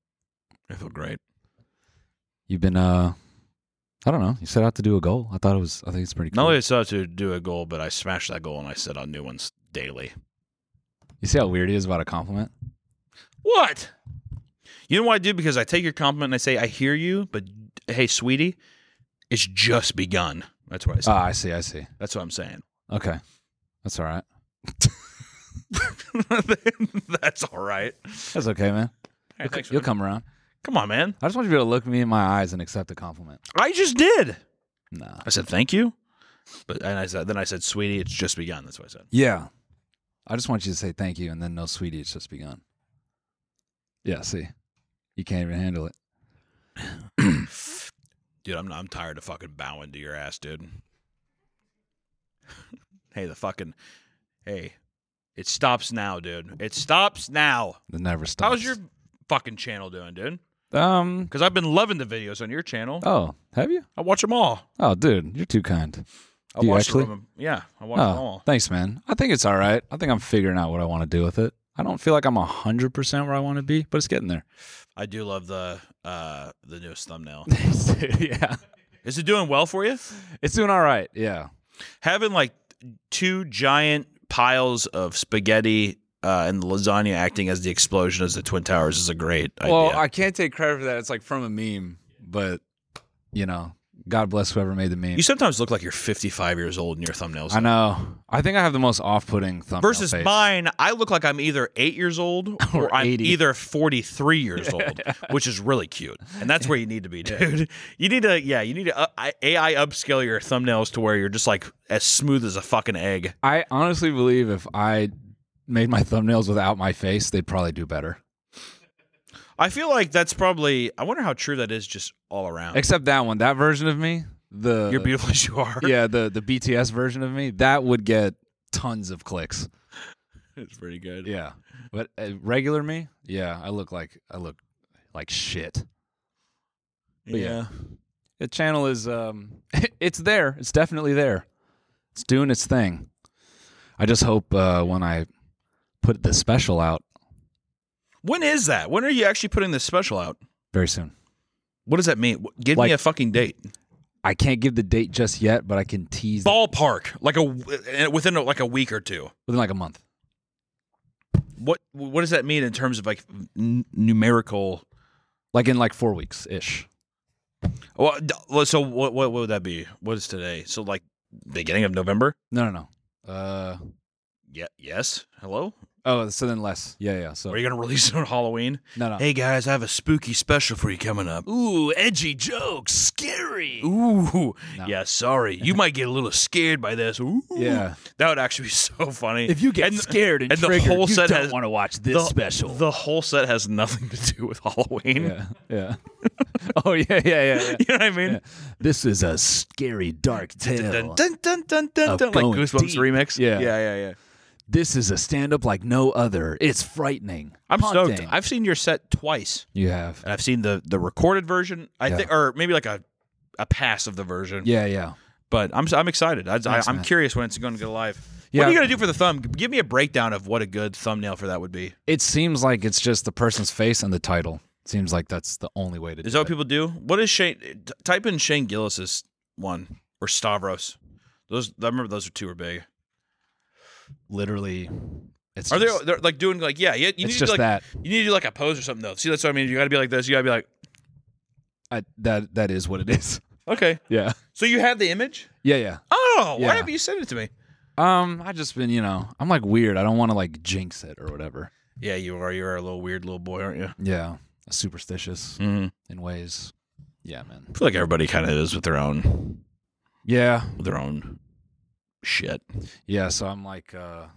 I feel great. You've been uh I don't know. You set out to do a goal. I thought it was I think it's pretty Not cool. only did I set out to do a goal, but I smashed that goal and I set out new ones daily. you see how weird he is about a compliment? What? You know what I do? Because I take your compliment and I say, I hear you, but hey, sweetie, it's just begun. That's what I say. Ah, I see, I see. That's what I'm saying. (laughs) Okay. That's all right. That's all right. That's okay, man. Hey, You'll, thanks, you'll man. come around. Come on, man. I just want you to be able to look me in my eyes and accept a compliment. I just did. Nah. I said thank you, but and I said then I said, sweetie, it's just begun. That's what I said. Yeah. I just want you to say thank you and then no sweetie, it's just begun. Yeah, see. You can't even handle it. Dude, I'm I'm tired of fucking bowing to your ass, dude. (laughs) hey, the fucking hey, it stops now, dude. It stops now. It never stops. How's your fucking channel doing, dude? um Because I've been loving the videos on your channel. Oh, have you? I watch them all. Oh, dude, you're too kind. I Do you watch actually? Them. Yeah, I watch them Oh, all. thanks, man. I think it's all right. I think I'm figuring out what I want to do with it. I don't feel like I'm 100% where I want to be, but it's getting (laughs) there. I do love the uh the newest thumbnail. yeah. Is it doing well for you? It's doing all right. Yeah. Having like two giant piles of spaghetti uh, and lasagna acting as the explosion as the twin towers is a great Well, idea. I can't take credit for that. It's like from a meme, but you know, God bless whoever made the meme. you sometimes look like you're 55 years old in your thumbnails. I know. I think I have the most off-putting thumbnail Versus face. mine, I look like I'm either eight years old (laughs) or, Or I'm 80. either 43 (laughs) years old, which is really cute. And that's where you need to be, dude. (laughs) You need to, yeah, you need to uh, I- AI upscale your thumbnails to where you're just like as smooth as a fucking egg. I honestly believe if I made my thumbnails without my face, they'd probably do better. I feel like that's probably, I wonder how true that is just all around. Except that one, that version of me, the you're beautiful (laughs) as you are. yeah, the the BTS version of me, that would get tons of clicks. It's pretty good. Yeah, but uh, regular me, yeah, I look like I look like shit. But yeah. The channel is um, (laughs) it's there. It's definitely there. It's doing its thing. I just hope uh, when I put the special out When is that? When are you actually putting this special out? very soon. What does that mean? Wh- Give Like- me a fucking date. I can't give the date just yet, but I can tease it Ballpark, like a w- eh, within a, like a week or two. within like a month. What what does that mean in terms of like n- numerical? Like in like four weeks ish. Well, d- well, so what, what what would that be? What is today? So like beginning of November? No, no, no. Uh, Yeah. Yes. Hello. oh, so then less. Yeah, yeah. So Are you gonna (laughs) release it on Halloween? no, no. Hey guys, I have a spooky special for you coming up. Ooh, edgy jokes, scary. Ooh. No. Yeah. Sorry, you might get a little scared by this. Ooh. Yeah. That would actually be (laughs) so funny. the- and, and the triggered, whole you set don't has- to watch this the, the whole set has nothing to do with Halloween. Yeah, yeah. (laughs) oh yeah, yeah, yeah. yeah. (laughs) You know what I mean? (laughs) This is a scary, dark Dun, dun, dun, dun, dun, Of dun, like going Goosebumps deep. remix. Yeah. yeah, yeah, yeah. This is a stand up like no other. It's frightening. I'm stoked. I've seen your set twice, You have. and I've seen the the recorded version. I Yeah. think, or maybe like a a pass of the version. Yeah, yeah. But I'm I'm excited. I, Thanks, I, am man. curious when it's going to go live. Yeah. What are you going to do for the thumb? Give me a breakdown of what a good thumbnail for that would be. It seems like it's just the person's face and the title. Seems like that's the only way to do Is that what it. people do? What is Shane? t- type in Shane Gillis's one or Stavros. Those I remember those two were big. Literally, it's Are they just, they're like doing like yeah? You, you need it's to just like that. you need to do like a pose or something though. See that's what I mean. You got to be like this. You got to be like I, that that is what it is. (laughs) okay. Yeah, So you have the image. yeah, yeah. Oh, Yeah. why haven't you sent it to me? Um, I just been you know I'm like weird. I don't want to like jinx it or whatever. Yeah, you are. You are a little weird little boy, aren't you? Yeah, superstitious Mm-hmm. I in ways. Yeah, man. feel like everybody kind of is with their own Yeah, with their own shit. yeah. So I'm like, uh,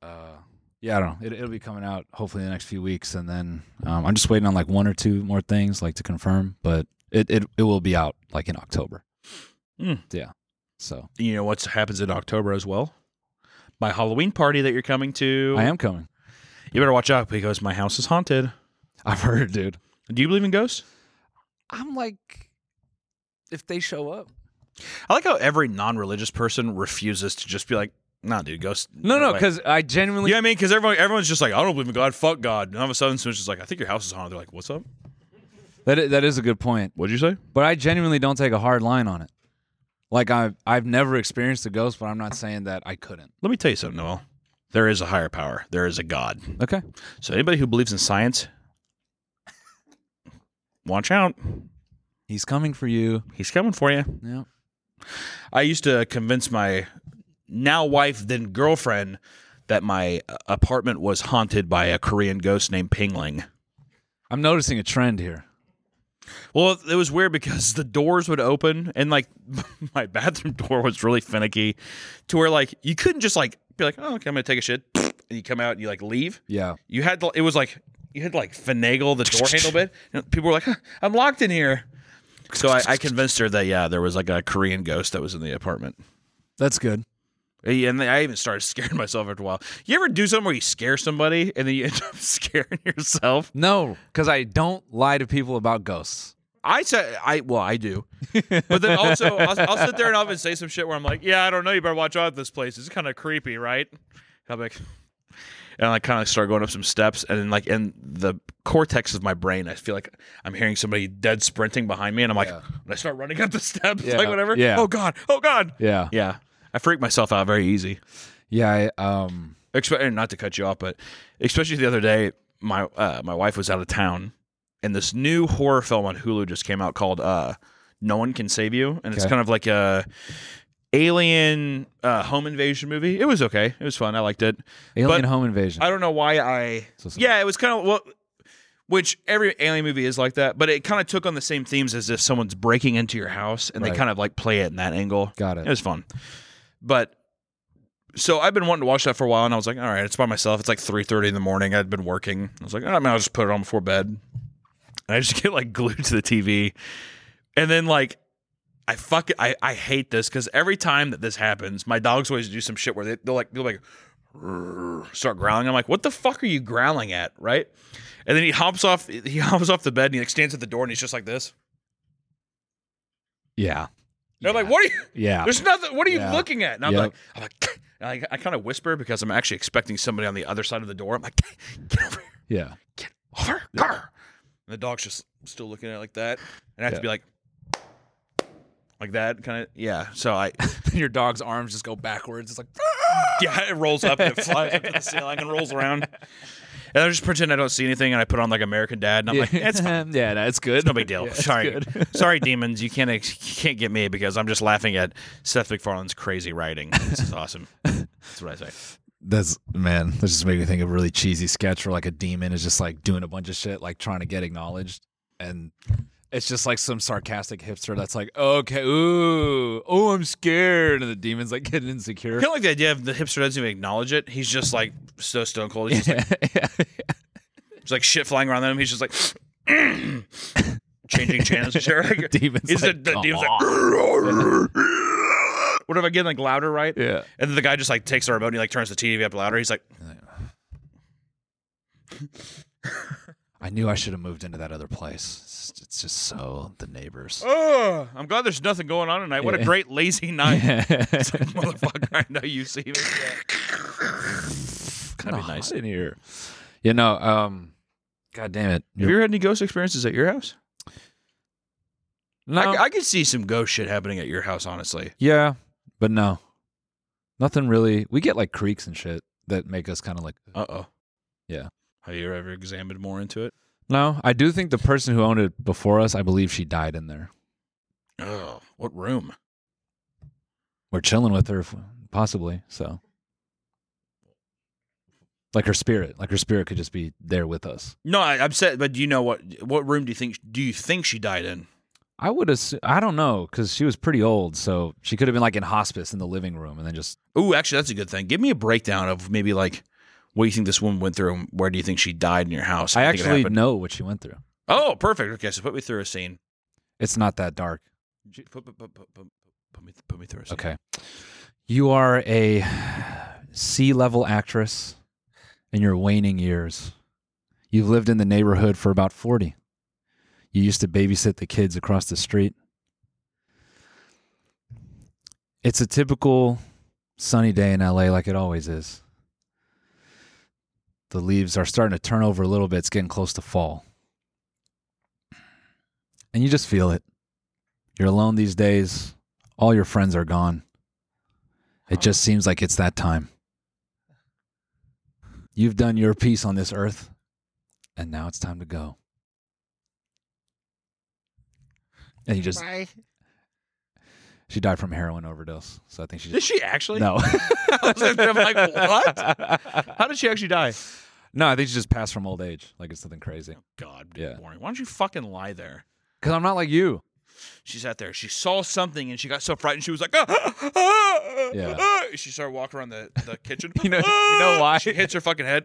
uh, yeah. I don't know. It, it'll be coming out hopefully in the next few weeks, and then um, I'm just waiting on like one or two more things like to confirm, but it it, it will be out like in October. Hmm. Yeah. So You know what happens in October as well? My Halloween party that you're coming to. I am coming. (laughs) You better watch out because my house is haunted. I've heard, dude. Do you believe in ghosts? I'm like, if they show up, I like how every non-religious person refuses to just be like, Nah, dude, go. s- No, no, way. because I genuinely yeah, I mean, because everyone, everyone's just like, I don't believe in God. Fuck God. And all of a sudden, someone's just like, I think your house is haunted. They're like, What's up? that i- that is a good point. What'd you say? But I genuinely don't take a hard line on it. Like I've I've never experienced a ghost, but I'm not saying that I couldn't. Let me tell you something, Noel. There is a higher power. There is a God. Okay. So anybody who believes in science, (laughs) watch out. He's coming for you. He's coming for you. Yeah. I used to convince my now wife, then girlfriend, that my apartment was haunted by a Korean ghost named Pingling. I'm noticing a trend here. Well, it was weird because the doors would open and like (laughs) my bathroom door was really finicky to where like you couldn't just like be like, oh, okay, I'm gonna take a shit. (laughs) And you come out and you like leave. Yeah. You had to, it was like, you had to like finagle the door handle a bit. And people were like, huh, I'm locked in here. So I, I convinced her that, yeah, there was like a Korean ghost that was in the apartment. That's good. Yeah, And I even started scaring (laughs) myself after a while. You ever do something where you scare somebody and then you (laughs) end up scaring yourself? No, because I don't lie to people about ghosts. I said, I well, I do, but then also I'll, I'll sit there and I'll even say some shit where I'm like, yeah, I don't know, you better watch out. This place It's kind of creepy, right? And I'm like, (laughs) and I kind of start going up some steps, and then like in the cortex of my brain, I feel like I'm hearing somebody dead sprinting behind me, and I'm like, and I start running up the steps, Yeah. like whatever. Yeah. Oh god. Oh god. Yeah. Yeah. I freak myself out very easy. Yeah. I, um. Expe- and not to cut you off, but especially the other day, my uh, my wife was out of town, and this new horror film on Hulu just came out called uh, "No One Can Save You," and it's Okay. kind of like a alien uh, home invasion movie. It was okay, it was fun, I liked it. Alien But home invasion. I don't know why I. So sorry. yeah, it was kind of well, which every alien movie is like that, but it kind of took on the same themes as if someone's breaking into your house, and Right. they kind of like play it in that angle. Got it. It was fun. But so I've been wanting to watch that for a while, and I was like, all right, it's by myself. It's like three thirty in the morning. I'd been working. I was like, oh, man, I'll just put it on before bed. And I just (laughs) get like glued to the TV, and then like. I fuck I, I hate this because every time that this happens, my dogs always do some shit where they, they'll like they'll like "Rrr," start growling. I'm like, what the fuck are you growling at, right? And then he hops off he (laughs) hops off the bed and he like stands at the door and he's just like this. yeah. And I'm like, what are you? (laughs) Yeah. There's nothing. What are you Yeah. looking at? And I'm Yep. like, I'm like, (laughs) and I, I kind of whisper because I'm actually expecting somebody on the other side of the door. I'm like, (laughs) get over here, Yeah. get over, here, grr." And the dog's just still looking at it like that, and I have to be like, like that kind of yeah. So I (laughs) (laughs) Your dog's arms just go backwards. It's like "Ah!" yeah, it rolls up and it flies up to the ceiling and rolls around. And I just pretend I don't see anything, and I put on like American Dad, and I'm (laughs) like, that's fine. yeah. No, it's good. It's (laughs) no big deal. Sorry, sorry, demons. You can't ex- you can't get me because I'm just laughing at Seth MacFarlane's crazy writing. This is (laughs) awesome. That's what I say. That's man. That just made me think of a really cheesy sketch where like a demon is just like doing a bunch of shit, like trying to get acknowledged, and it's just like some sarcastic hipster that's like, "Okay, ooh, oh, I'm scared," and the demon's like getting insecure. Kind of like the idea of the hipster doesn't even acknowledge it. He's just like so stone cold. He's just like, there's like shit flying around him. He's just like changing channels. and shit. (laughs) (laughs) (laughs) Like, Demon's he's like, the, the "Come demon's like. What if I get like louder, right? Yeah. And then the guy just like takes the remote and he like turns the TV up louder. He's like, I knew I should have moved into that other place. It's just, it's just so the neighbors. "Oh, I'm glad there's nothing going on tonight. What a great lazy (laughs) night." (laughs) kind It's like, motherfucker, I know you see (laughs) me. of nice in here. You know. Um. God damn it. Have you ever had any ghost experiences at your house? Um, No. I, I could see some ghost shit happening at your house, honestly. yeah. But no. Nothing really. We get like creaks and shit that make us kind of like. Uh oh. Yeah. Have you ever examined more into it? No, I do think the person who owned it before us. I believe she died in there. Oh, what room? We're chilling with her, if, possibly. So. Like her spirit, like her spirit could just be there with us. No, I, I'm set. But do you know what? What room do you think? Do you think she died in? I would assume. I don't know because she was pretty old, so she could have been like in hospice in the living room, and then just Ooh, actually, that's a good thing. Give me a breakdown of maybe like what you think this woman went through and where do you think she died in your house? I think it actually happened. know what she went through. Oh, perfect. Okay, so put me through a scene. It's not that dark. Put, put, put, put, put, put me, put me through a scene. Okay. You are a C level actress in your waning years. You've lived in the neighborhood for about 40. You used to babysit the kids across the street. It's a typical Sunny day in LA, like it always is. The leaves are starting to turn over a little bit. It's getting close to fall. And you just feel it. You're alone these days. All your friends are gone. It just seems like it's that time. You've done your piece on this earth, and now it's time to go. And you just, Bye. she died from a heroin overdose. So I think she Did just, she (laughs) actually? no. (laughs) I'm like, what? (laughs) How did she actually die? No, I think she just passed from old age. Like it's nothing crazy. God, Yeah. boring. Why don't you fucking lie there? Because I'm not like you. She sat there. She saw something and she got so frightened. She was like, ah, ah, ah, Yeah. ah." She started walking around the, (laughs) the kitchen. Ah. You know- you know why? She hits her (laughs) fucking head,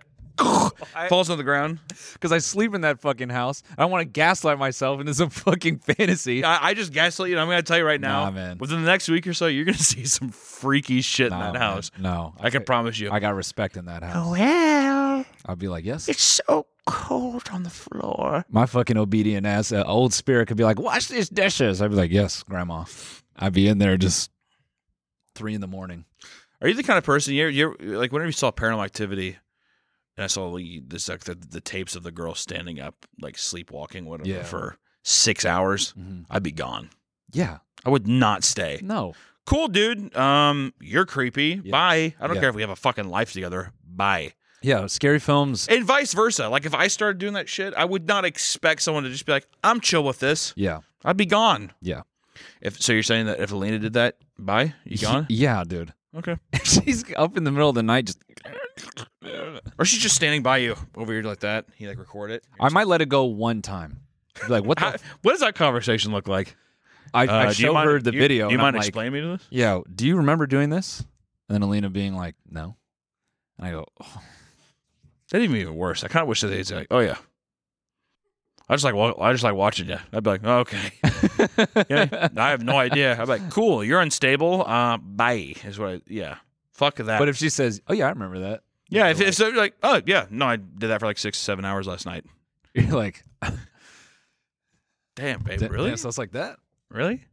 falls on the ground. Because I sleep in that fucking house. I don't want to gaslight myself into some (laughs) fucking fantasy. I, I just gaslit you. and I'm going to tell you right now. Nah, man. Within the next week or so, you're going to (laughs) see some freaky shit Nah, in that man. house. No. I Oh, can promise you. I got respect in that house. Well, I'd be like, yes. it's so cold on the floor. My fucking obedient ass, uh, old spirit could be like, wash these dishes. I'd be like, yes, grandma. I'd be in there just three in the morning. Are you the kind of person you're, you're like whenever you saw Paranormal Activity, and I saw like, this like the, the tapes of the girl standing up like sleepwalking whatever Yeah. Mm-hmm. for six hours, I'd be gone. Yeah. I would not stay. No. Cool, dude. Um, you're creepy. Yeah. Bye. I don't Yeah. care if we have a fucking life together. Bye. Yeah. Scary films. And vice versa. Like if I started doing that shit, I would not expect someone to just be like, "I'm chill with this." Yeah. I'd be gone. Yeah. If so, you're saying that if Elena did that, bye. (laughs) You gone? Yeah, dude. okay. She's up in the middle of the night just Or she's just standing by you over here like that. He like record it. I might let it go one time. Be like, (laughs) what the? How- f- what does that conversation look like? I, Uh, I do you showed mind- her the do you- video. Do you and I'm mind like, explaining me to this? Yo, do you remember doing this? And then Alina being like, no. And I go, oh, That'd even be even worse. I kind of wish that they'd say, like, "Oh yeah." I just like wa- I just like watching you. I'd be like, (laughs) oh, "Okay, yeah, I have no idea." I'd be like, "Cool, you're unstable. Uh, bye." Is what I yeah. Fuck that. but if she says, oh yeah, I remember that. (laughs) yeah, if, if so, you're like, oh yeah, no, I did that for like six, seven hours last night. You're like, Damn, babe, "Da- really, Damn, so it's like that. really?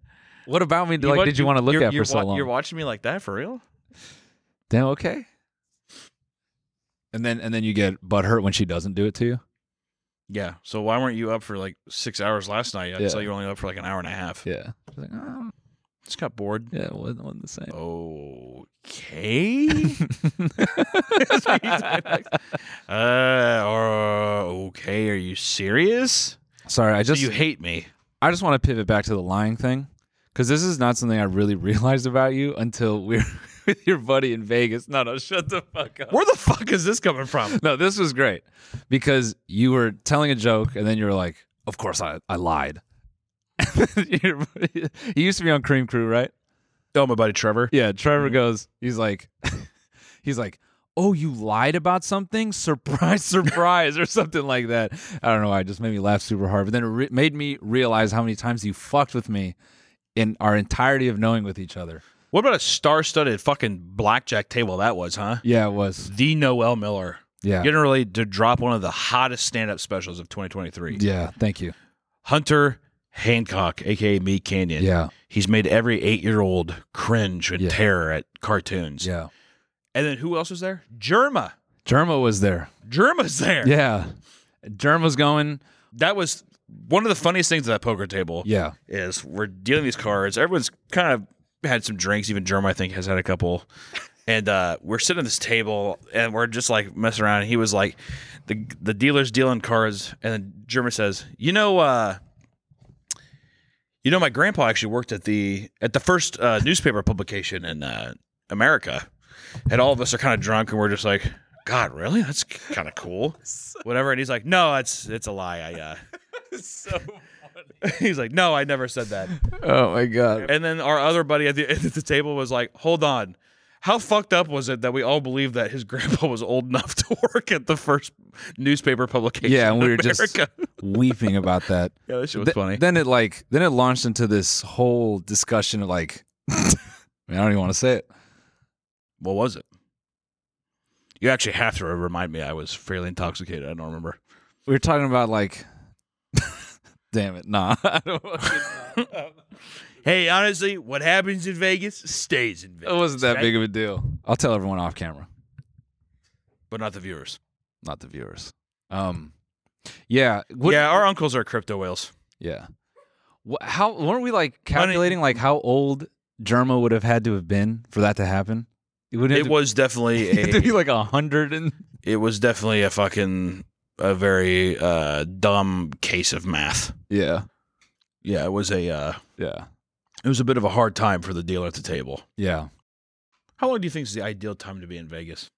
What about me? like, wa- did you want to look you're- at for you're so wa- long? You're watching me like that for real? Damn, okay. And then and then you get butthurt when she doesn't do it to you. Yeah. So why weren't you up for like six hours last night? I Yeah. saw you were only up for like an hour and a half. Yeah. She's like, oh, Just got bored. yeah, it wasn't, wasn't the same. Okay. (laughs) uh, or, okay. Are you serious? Sorry, I So just you hate me? I just want to pivot back to the lying thing because this is not something I really (laughs) realized about you until we were (laughs) with your buddy in Vegas. No, no, shut the fuck up. Where the fuck is this coming from? (laughs) No, this was great because you were telling a joke and then you were like, "Of course, I I lied." (laughs) Your buddy- he used to be on Cream Crew, right? Oh, my buddy Trevor. Yeah, Trevor goes, he's like, (laughs) he's like, oh, you lied about something? Surprise, (laughs) surprise, or something like that. I don't know why. It just made me laugh super hard. But then it re- made me realize how many times you fucked with me in our entirety of knowing with each other. What about a star-studded fucking blackjack table that was, huh? Yeah, it was. The Noel Miller. Yeah. Generally, to drop one of the hottest stand-up specials of 2023. Yeah, thank you. Hunter Hancock, aka Me Canyon. Yeah, He's made every eight-year-old cringe and Yeah. terror at cartoons. yeah. And then who else was there? Germa. Germa was there. Germa's there. Yeah. Germa's going. That was one of the funniest things at that poker table. Yeah. Is we're dealing these cards. Everyone's kind of had some drinks. Even Germ, I think, has had (laughs) a couple. And uh, we're sitting at this table and we're just like messing around. And he was like, the the dealer's dealing cards. And then Germa says, You know, uh, you know, my grandpa actually worked at the at the first uh, newspaper publication in uh, America. And all of us are kind of drunk and we're just like, God, really? That's kind of cool. Whatever. And he's like, No, it's it's a lie. I uh, (laughs) He's like, no, I never said that. Oh my god. And then our other buddy at the (laughs) at the table was like, hold on, how fucked up was it that we all believed that his (laughs) grandpa was old enough to work at the first newspaper publication? Yeah, and in we were America. (laughs) just weeping about that. yeah, that shit was Th- funny. Then (laughs) it like then it launched into this whole discussion of like (laughs) I, mean, I don't even want to say it. what was it? You actually have to remind me. I was fairly intoxicated. I don't remember. (laughs) We were (laughs) talking about like damn it, nah. I don't- Hey, honestly, what happens in Vegas stays in Vegas. It wasn't that big of a deal. I'll tell everyone off camera, but not the viewers. not the viewers. Um, yeah, what, yeah, our uncles are crypto whales. yeah. Wh- How weren't we like calculating like how old Germa would have had to have been for that to happen? It would (laughs) It was (laughs) definitely to be a. like a hundred and it was definitely a fucking a very uh, dumb case of math. yeah, Yeah, it was a. Uh, yeah, it was a bit of a hard time for the dealer at the table. yeah. How long do you think is the ideal time to be in Vegas?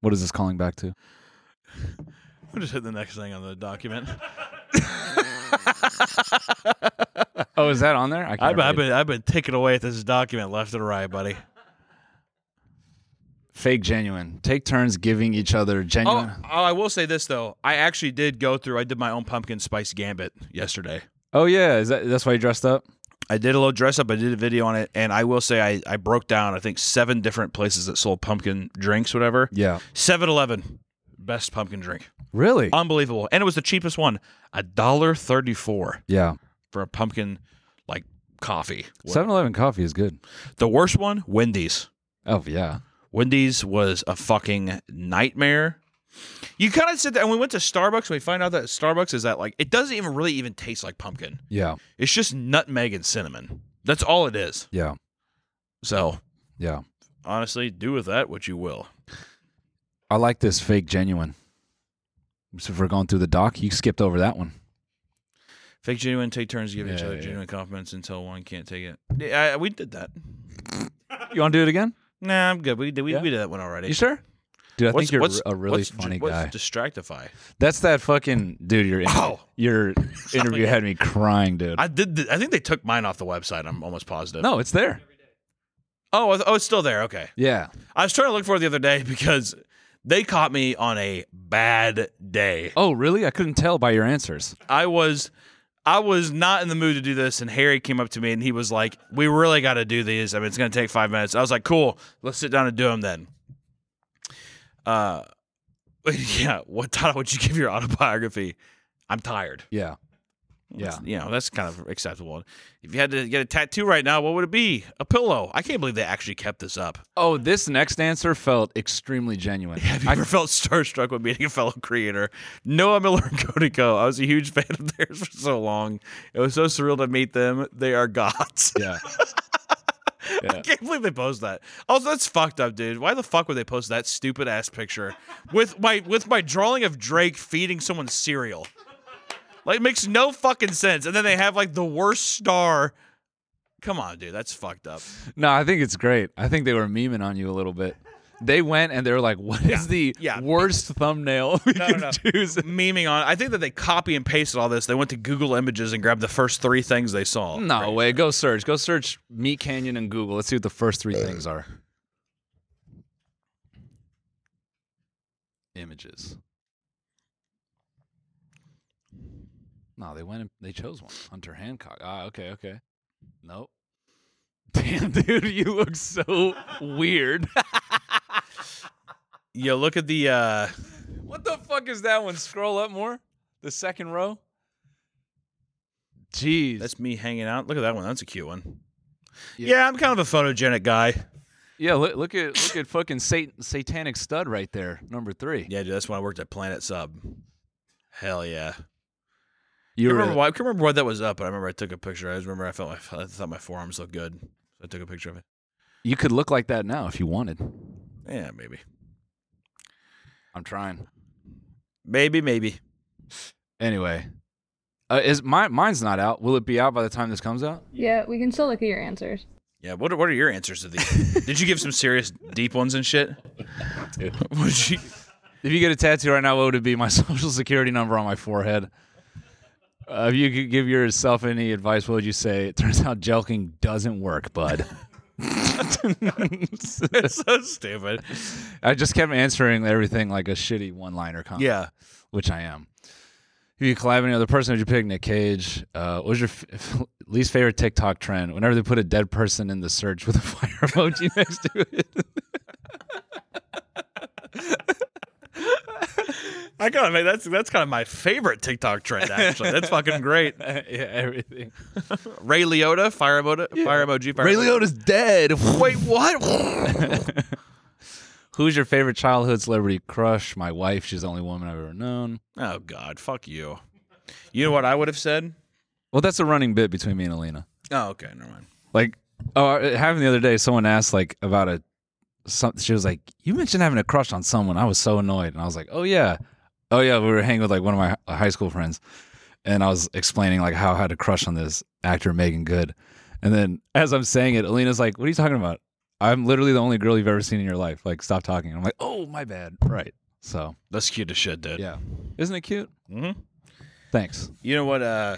What is this calling back to? I'll just hit the next thing on the document. Oh, is that on there? I (laughs) I've can't been, read. I've been I've been ticking away at this document left and right, buddy. fake genuine. Take turns giving each other Oh, genuine. oh, I will say this though. I actually did go through. I did my own pumpkin spice gambit yesterday. Oh, yeah, is that that's why you dressed up? I did a little dress up. I did a video on it, and I will say I, I broke down. I think seven different places that sold pumpkin drinks, whatever. Yeah, Oh. 7-Eleven, best pumpkin drink, really? unbelievable, and it was the cheapest one, a dollar thirty four yeah, for a pumpkin like coffee. 7-Eleven coffee is good. The worst one, Wendy's. Oh yeah, Wendy's was a fucking nightmare. You kind of sit there, and we went to Starbucks, and we find out that Starbucks is that like it doesn't even really even taste like pumpkin. yeah, It's just nutmeg and cinnamon. That's all it is. yeah, So yeah. honestly, do with that what you will. I like this fake genuine. So if we're going through the doc, you skipped over that one. Fake genuine, take turns giving each Yeah, other yeah, genuine compliments until one can't take it. Yeah, I- we did that. You want to do it again? Nah, I'm good. We did we, Yeah? we did that one already. You sure? Dude, I think you're a really what's- funny what's guy. Distractify. That's that fucking dude. Your interview, Ow. your interview had me crying, dude. Oh. I did. th- I think they took mine off the website. I'm almost positive. no, it's there. Oh, I th- oh, it's still there. Okay. Yeah, I was trying to look for it the other day (laughs) because they caught me on a bad day. Oh, really? I couldn't tell by your answers. I was I was not in the mood to do this, and Harry came up to me and he was like, "We really got to do these. I mean, it's going to take five minutes." I was like, "Cool, let's sit down and do them then." Uh, (laughs) yeah. What title would you give your autobiography? I'm tired. Yeah. Yeah. you know that's kind of acceptable. If you had to get a tattoo right now, what would it be? A pillow. I can't believe they actually kept this up. Oh, this next answer felt extremely genuine. Have you ever (laughs) felt starstruck when meeting a fellow creator? Noah Miller and Cody Co. I was a huge fan of theirs for so long. It was so surreal to meet them. They are gods. (laughs) yeah. I can't believe they posted that. Also, that's fucked up, dude. Why the fuck would they post that stupid ass picture with my with my drawing of Drake feeding someone cereal? Like, it makes no fucking sense. And then they have like the worst star. Come on, dude. That's fucked up. No, I think it's great. I think they were memeing on you a little bit. They went and they were like, "What is the yeah. worst thumbnail we no, can no. choose?" Memeing on. I think that they copy and pasted all this. They went to Google Images and grabbed the first three things they saw. No way. Go search. Go search Meat Canyon and Google. Let's see what the first three things are. Images. No, they went and they chose one. Hunter Hancock. Ah, okay, okay. Nope. (laughs) Damn, dude, you look so weird. (laughs) Yeah, look at the uh what the fuck is that one? Scroll up more. The second row. Jeez. that's me hanging out. Look at that one. That's a cute one. Yeah. Yeah, I'm kind of a photogenic guy. yeah, look, look at look at fucking sat- satanic stud right there, number three. Yeah, dude, that's when I worked at Planet Sub. Hell yeah. You I were remember why, I can't remember why that was up, but I remember I took a picture. I just remember I felt my I thought my forearms looked good. So I took a picture of it. You could look like that now if you wanted. Yeah, maybe. I'm trying. Maybe, maybe. Anyway, uh, is my mine's not out? Will it be out by the time this comes out? Yeah, we can still look at your answers. Yeah, what are, what are your answers to (laughs) these? Did you give some serious deep ones and (laughs) shit? What did you If you get a tattoo right now, what would it be? My (laughs) social security number on my forehead. Uh, if you could give yourself any advice, what would you say? It turns out jelking doesn't work, (laughs) bud. (laughs) That's so stupid. I just kept answering everything like a shitty one-liner comment. Yeah. which I am. If you collab with any other person, would you pick Nick Cage? Uh, what was your f- least favorite TikTok trend? Whenever they put a dead person in the search with a (laughs) fire emoji next to it. I gotta make that's that's kind of my favorite TikTok trend. Actually, that's fucking (laughs) great. yeah, everything. Ray Liotta, fire emoji, fire emoji, fire Ray emoji. Liotta's dead. Wait, what? (laughs) Who's your favorite childhood celebrity crush? My wife. She's the only woman I've ever known. oh God, fuck you. You know what I would have said? Well, that's a running bit between me and Alina. Oh, okay, never mind. Like, oh, it happened the other day. Someone asked like about a. Some, she was like, "You mentioned having a crush on someone." I was so annoyed, and I was like, "Oh yeah, oh yeah." We were hanging with like one of my hi- high school friends, and I was explaining like how I had a crush on this actor Megan Good, and then as I'm saying it, Alina's like, "What are you talking about? I'm literally the only girl you've ever seen in your life. Like, stop talking." I'm like, "Oh my bad, right." So That's cute as shit, dude. yeah, isn't it cute? Mhm. Thanks. You know what? Uh,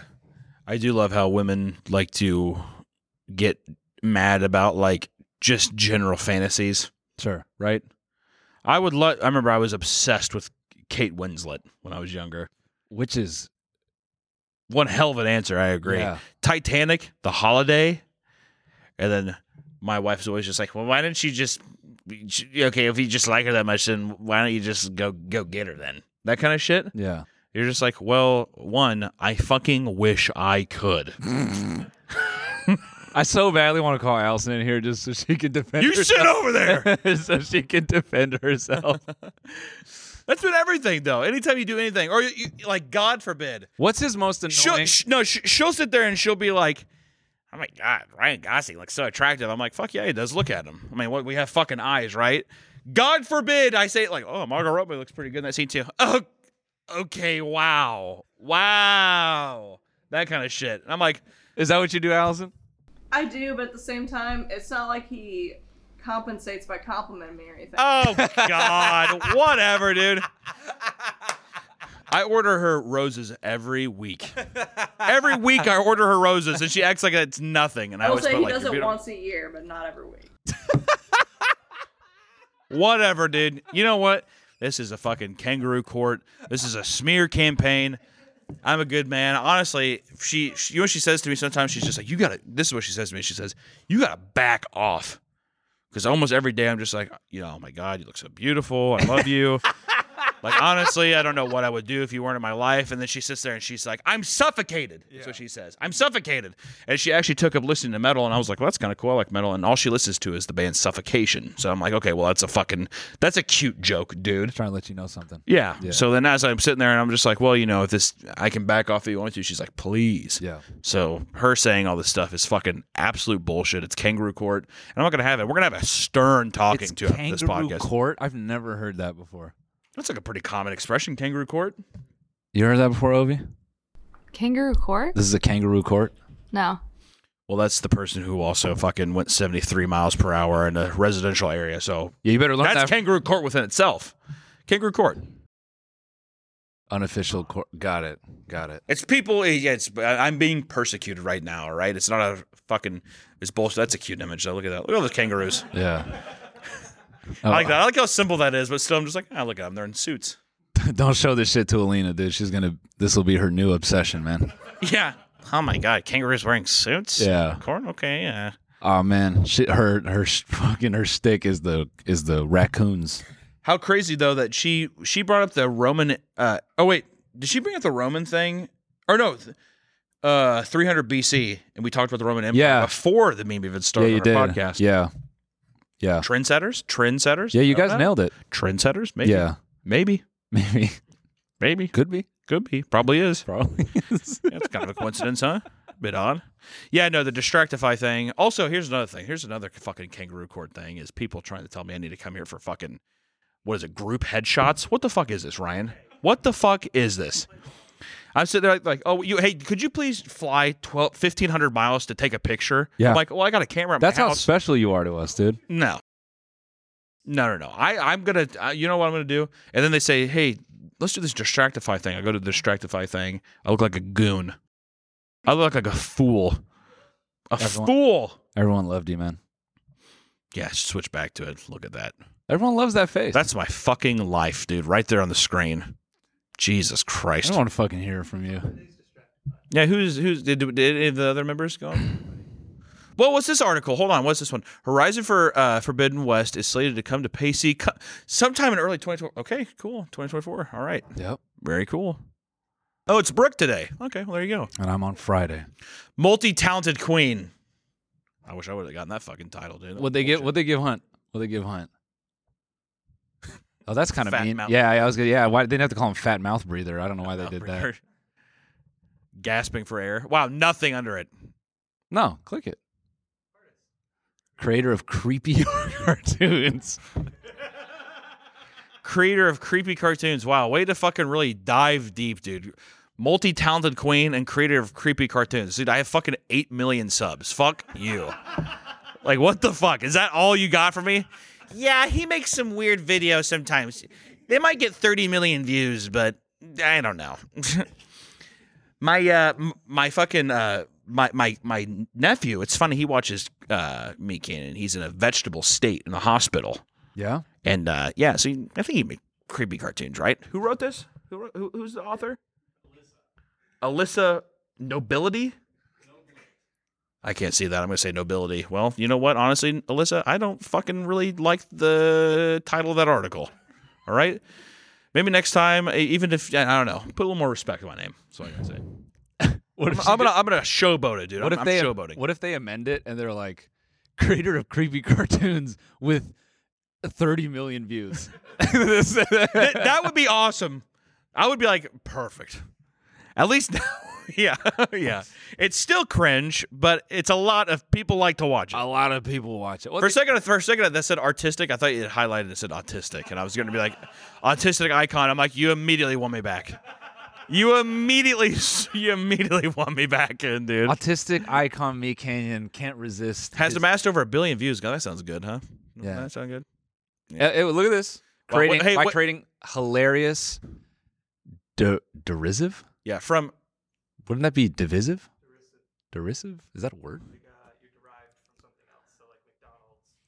I do love how women like to uh, get mad about like just general fantasies, Sure. right? I would love. I remember I was obsessed with Kate Winslet when I was younger. Which is One hell of an answer. I agree. Yeah. Titanic, The Holiday, and then my wife's always just like, "Well, why didn't you just okay? If you just like her that much, then why don't you just go go get her then?" That kind of shit. yeah. You're just like, well, one, I fucking wish I could. I so badly want to call Allison in here just so she can defend. (laughs) You sit herself. over (laughs) there. so she can defend herself. (laughs) That's been everything, though. Anytime you do anything, or you, you- like, God forbid, What's his most she'll annoying? sh- no, sh- she'll sit there and she'll be like, "Oh my God, Ryan Gosling looks so attractive." I'm like, "Fuck yeah, he does. Look at him. I mean, what we have fucking eyes, right?" God forbid I say it like, "Oh, Margot Robbie looks pretty good in that scene too." Oh, okay, wow, wow, that kind of shit. And I'm like, Is that what you do, Allison? I do, but at the same time, it's not like he compensates by complimenting me or anything. Oh (laughs) God, whatever, dude. I order her roses every week. Every week I order her roses, and she acts like it's nothing. And I I will always say feel he like does you're it beautiful. once a year, but not every week. whatever, dude. You know what? This is a fucking kangaroo court. This is a smear campaign. I'm a good man. Honestly, she, she you know what she says to me sometimes? She's just like, You gotta this is what she says to me. She says, You gotta back off. Cause almost every day I'm just like, you know, oh my God, you look so beautiful. I love you. like honestly, I don't know what I would do if you weren't in my life. And then she sits there and she's like, I'm suffocated. That's what she says. I'm suffocated. And she actually took up listening to metal and I was like, Well, that's kinda cool. I like metal. And all she listens to is the band Suffocation. So I'm like, okay, well that's a fucking that's a cute joke, dude. Trying to let you know something. Yeah. Yeah. So then as I'm sitting there and I'm just like, well, you know, if this I can back off if you want to, she's like, please. Yeah. So her saying all this stuff is fucking absolute bullshit. It's kangaroo court. And I'm not gonna have it. We're gonna have a stern talking to after this podcast. court. I've never heard that before. That's like a pretty common expression, kangaroo court. You heard that before, Ovi? Kangaroo court? This is a kangaroo court. No. Well, that's the person who also fucking went 73 miles per hour in a residential area. So Yeah, you better learn that. that's kangaroo court within itself. Kangaroo court. Unofficial court. Got it. Got it. It's people. eh, Yeah, it's. I'm being persecuted right now. All right. It's not a fucking. It's bullshit. That's a cute image. Though. Look at that. Look at all those kangaroos. Yeah. (laughs) I Oh. like that. I like how simple that is, but still, I'm just like, ah, look at them. They're in suits. (laughs) Don't show this shit to Alina, dude. She's gonna. This will be her new obsession, man. Yeah. Oh my god, kangaroos wearing suits. Yeah. Corn. Okay. Yeah. Oh man, she, her her sh- (laughs) fucking her stick is the is the raccoons. How crazy though that she she brought up the Roman. Uh, oh wait, did she bring up the Roman thing? Or no, th- uh, 300 BC, and we talked about the Roman Empire Yeah. before the meme even started yeah, you on our did. podcast. Yeah, yeah, Trendsetters, trendsetters. yeah. You Remember guys that? nailed it. trendsetters. Maybe. Yeah, (laughs) Maybe. maybe Maybe. could be Could be. Probably is. (laughs) probably. That's kind of a coincidence, huh? Bit odd. Yeah, no, the distractify thing. Also, here's another thing. Here's another fucking kangaroo court thing is people trying to tell me I need to come here for fucking what is it, group headshots? What the fuck is this, Ryan? What the fuck is this? I'm sitting there like, like oh, you hey, could you please fly 12, 1,500 miles to take a picture? Yeah. I'm like, well, I got a camera. At That's my how house. special you are to us, dude. No. No, no, no. I, I'm going to, uh, you know what I'm going to do? And then they say, hey, let's do this Distractify thing. I go to the Distractify thing. I look like a goon. I look like a fool. A Everyone- fool. Everyone loved you, man. Yeah, switch back to it. Look at that. Everyone loves that face. That's my fucking life, dude, right there on the screen. Jesus I Christ. don't want to fucking hear it from you. (clears throat) Yeah, who's, who's, did, did any of the other members go? Well, what's this article? Hold on. What's this one? Horizon for uh, Forbidden West is slated to come to PC co- sometime in early 2024. Okay, cool. 2024. All right. Yep. Very cool. Oh, it's Brooke today. Okay, well, there you go. And I'm on Friday. Multi talented queen. I wish I would have gotten that fucking title, dude. What they give? What they give Hunt? What they give Hunt? Oh, that's kind of Fat mean. mouth- Yeah, I was gonna. Yeah, why they didn't have to call him Fat Mouth Breather? I don't know why (laughs) they did that. Gasping for air. Wow, nothing under it. No, click it. Creator of creepy (laughs) cartoons. Creator of creepy cartoons. Wow, way to fucking really dive deep, dude. Multi talented queen and creator of creepy cartoons. Dude, I have fucking 8 million subs. Fuck you. like, what the fuck? Is that all you got for me? Yeah, he makes some weird videos sometimes. They might get 30 million views, but I don't know. (laughs) my uh m- my fucking uh my my my nephew, it's funny he watches uh me Cannon. He's in a vegetable state in the hospital. Yeah. And uh, yeah, so you- I think he made creepy cartoons, right? Who wrote this? Who, wrote, who who's the author? Alyssa. Nobility. I can't see that. I'm gonna say nobility. Well, you know what? Honestly, Alyssa, I don't fucking really like the title of that article. All right, maybe next time, e- even if I don't know, put a little more respect to my name. That's what I'm gonna say. What I'm, I'm gonna I'm gonna showboat it, dude. What I'm, if they I'm showboating? What if they amend it and they're like creator of creepy (laughs) cartoons with 30 million views? (laughs) Th- that would be awesome. I would be like, perfect. At least (laughs) now, yeah, yeah. It's still cringe, but it's a lot of people like to watch it. a lot of people watch it. Well, for a they- second, for a second, that said artistic. I thought it highlighted it said autistic, and I was going to be like, autistic icon. I'm like, you immediately want me back. You immediately, (laughs) you immediately want me back in, dude. autistic icon me Canyon can't resist. Has his- amassed over a billion views. God, that sounds good, huh? Doesn't Yeah. that sound good. Uh, hey, look at this. Well, what- Creating hey, by what- creating hilarious de- derisive? Yeah, from Wouldn't that be divisive? Derisive? Is that a word?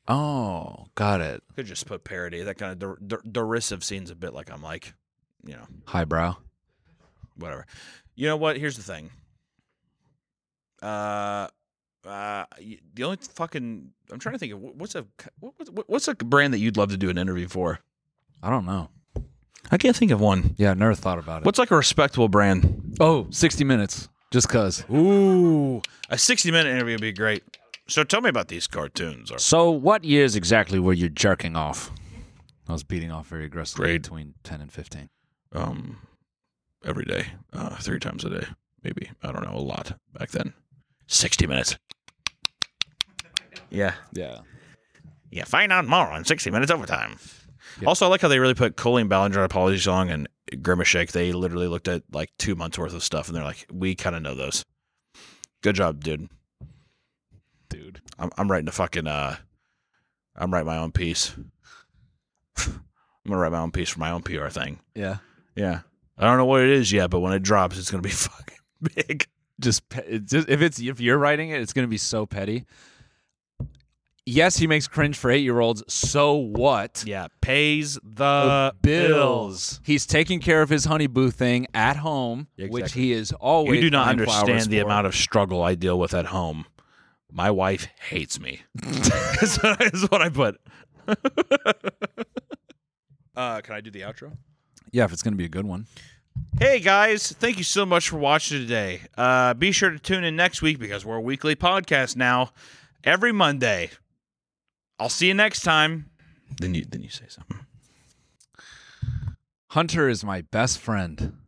Oh, got it. could just put parody. That kind of der- der- derisive seems a bit like I'm like, you know. Highbrow. whatever. You know what? Here's the thing. Uh, uh, y- the only fucking I'm trying to think of wh- what's a c- what, what, what's a brand that you'd love to do an interview for. I don't know. I can't think of one. Yeah, I never thought about it. What's like a respectable brand? Oh, 60 minutes. Just cuz. Ooh, a 60 minute interview would be great. So tell me about these cartoons. Or So, what years exactly were you jerking off? I was beating off very aggressively Great. between 10 and 15. um, every day, uh, three times a day, maybe I don't know a lot back then. 60 minutes. Yeah. Yeah. Yeah, find out more on 60 Minutes Overtime. Also, I like how they really put Colleen Ballinger on Apology Song and Grimace Shake. They literally looked at like two months worth of stuff and they're like, we kind of know those. Good job, dude. Dude. I'm, I'm writing a fucking, uh, I'm writing my own piece. (laughs) I'm going to write my own piece for my own PR thing. Yeah. Yeah. I don't know what it is yet, but when it drops, it's going to be (laughs) fucking big. Just, pe- it's just if it's if you're writing it, it's going to be so petty. Yes, he makes cringe for 8-year-olds. So what? Yeah. Pays the bills. He's taking care of his honeyboo thing at home, which Exactly. he is always. You do not buying flowers understand the for. amount of struggle I deal with at home. My wife hates me. (laughs) is, is what I put. (laughs) uh, can I do the outro? Yeah, if it's going to be a good one. Hey guys, thank you so much for watching today. Uh, be sure to tune in next week because we're a weekly podcast now, every Monday. I'll see you next time. Then you then you say something. Hunter is my best friend.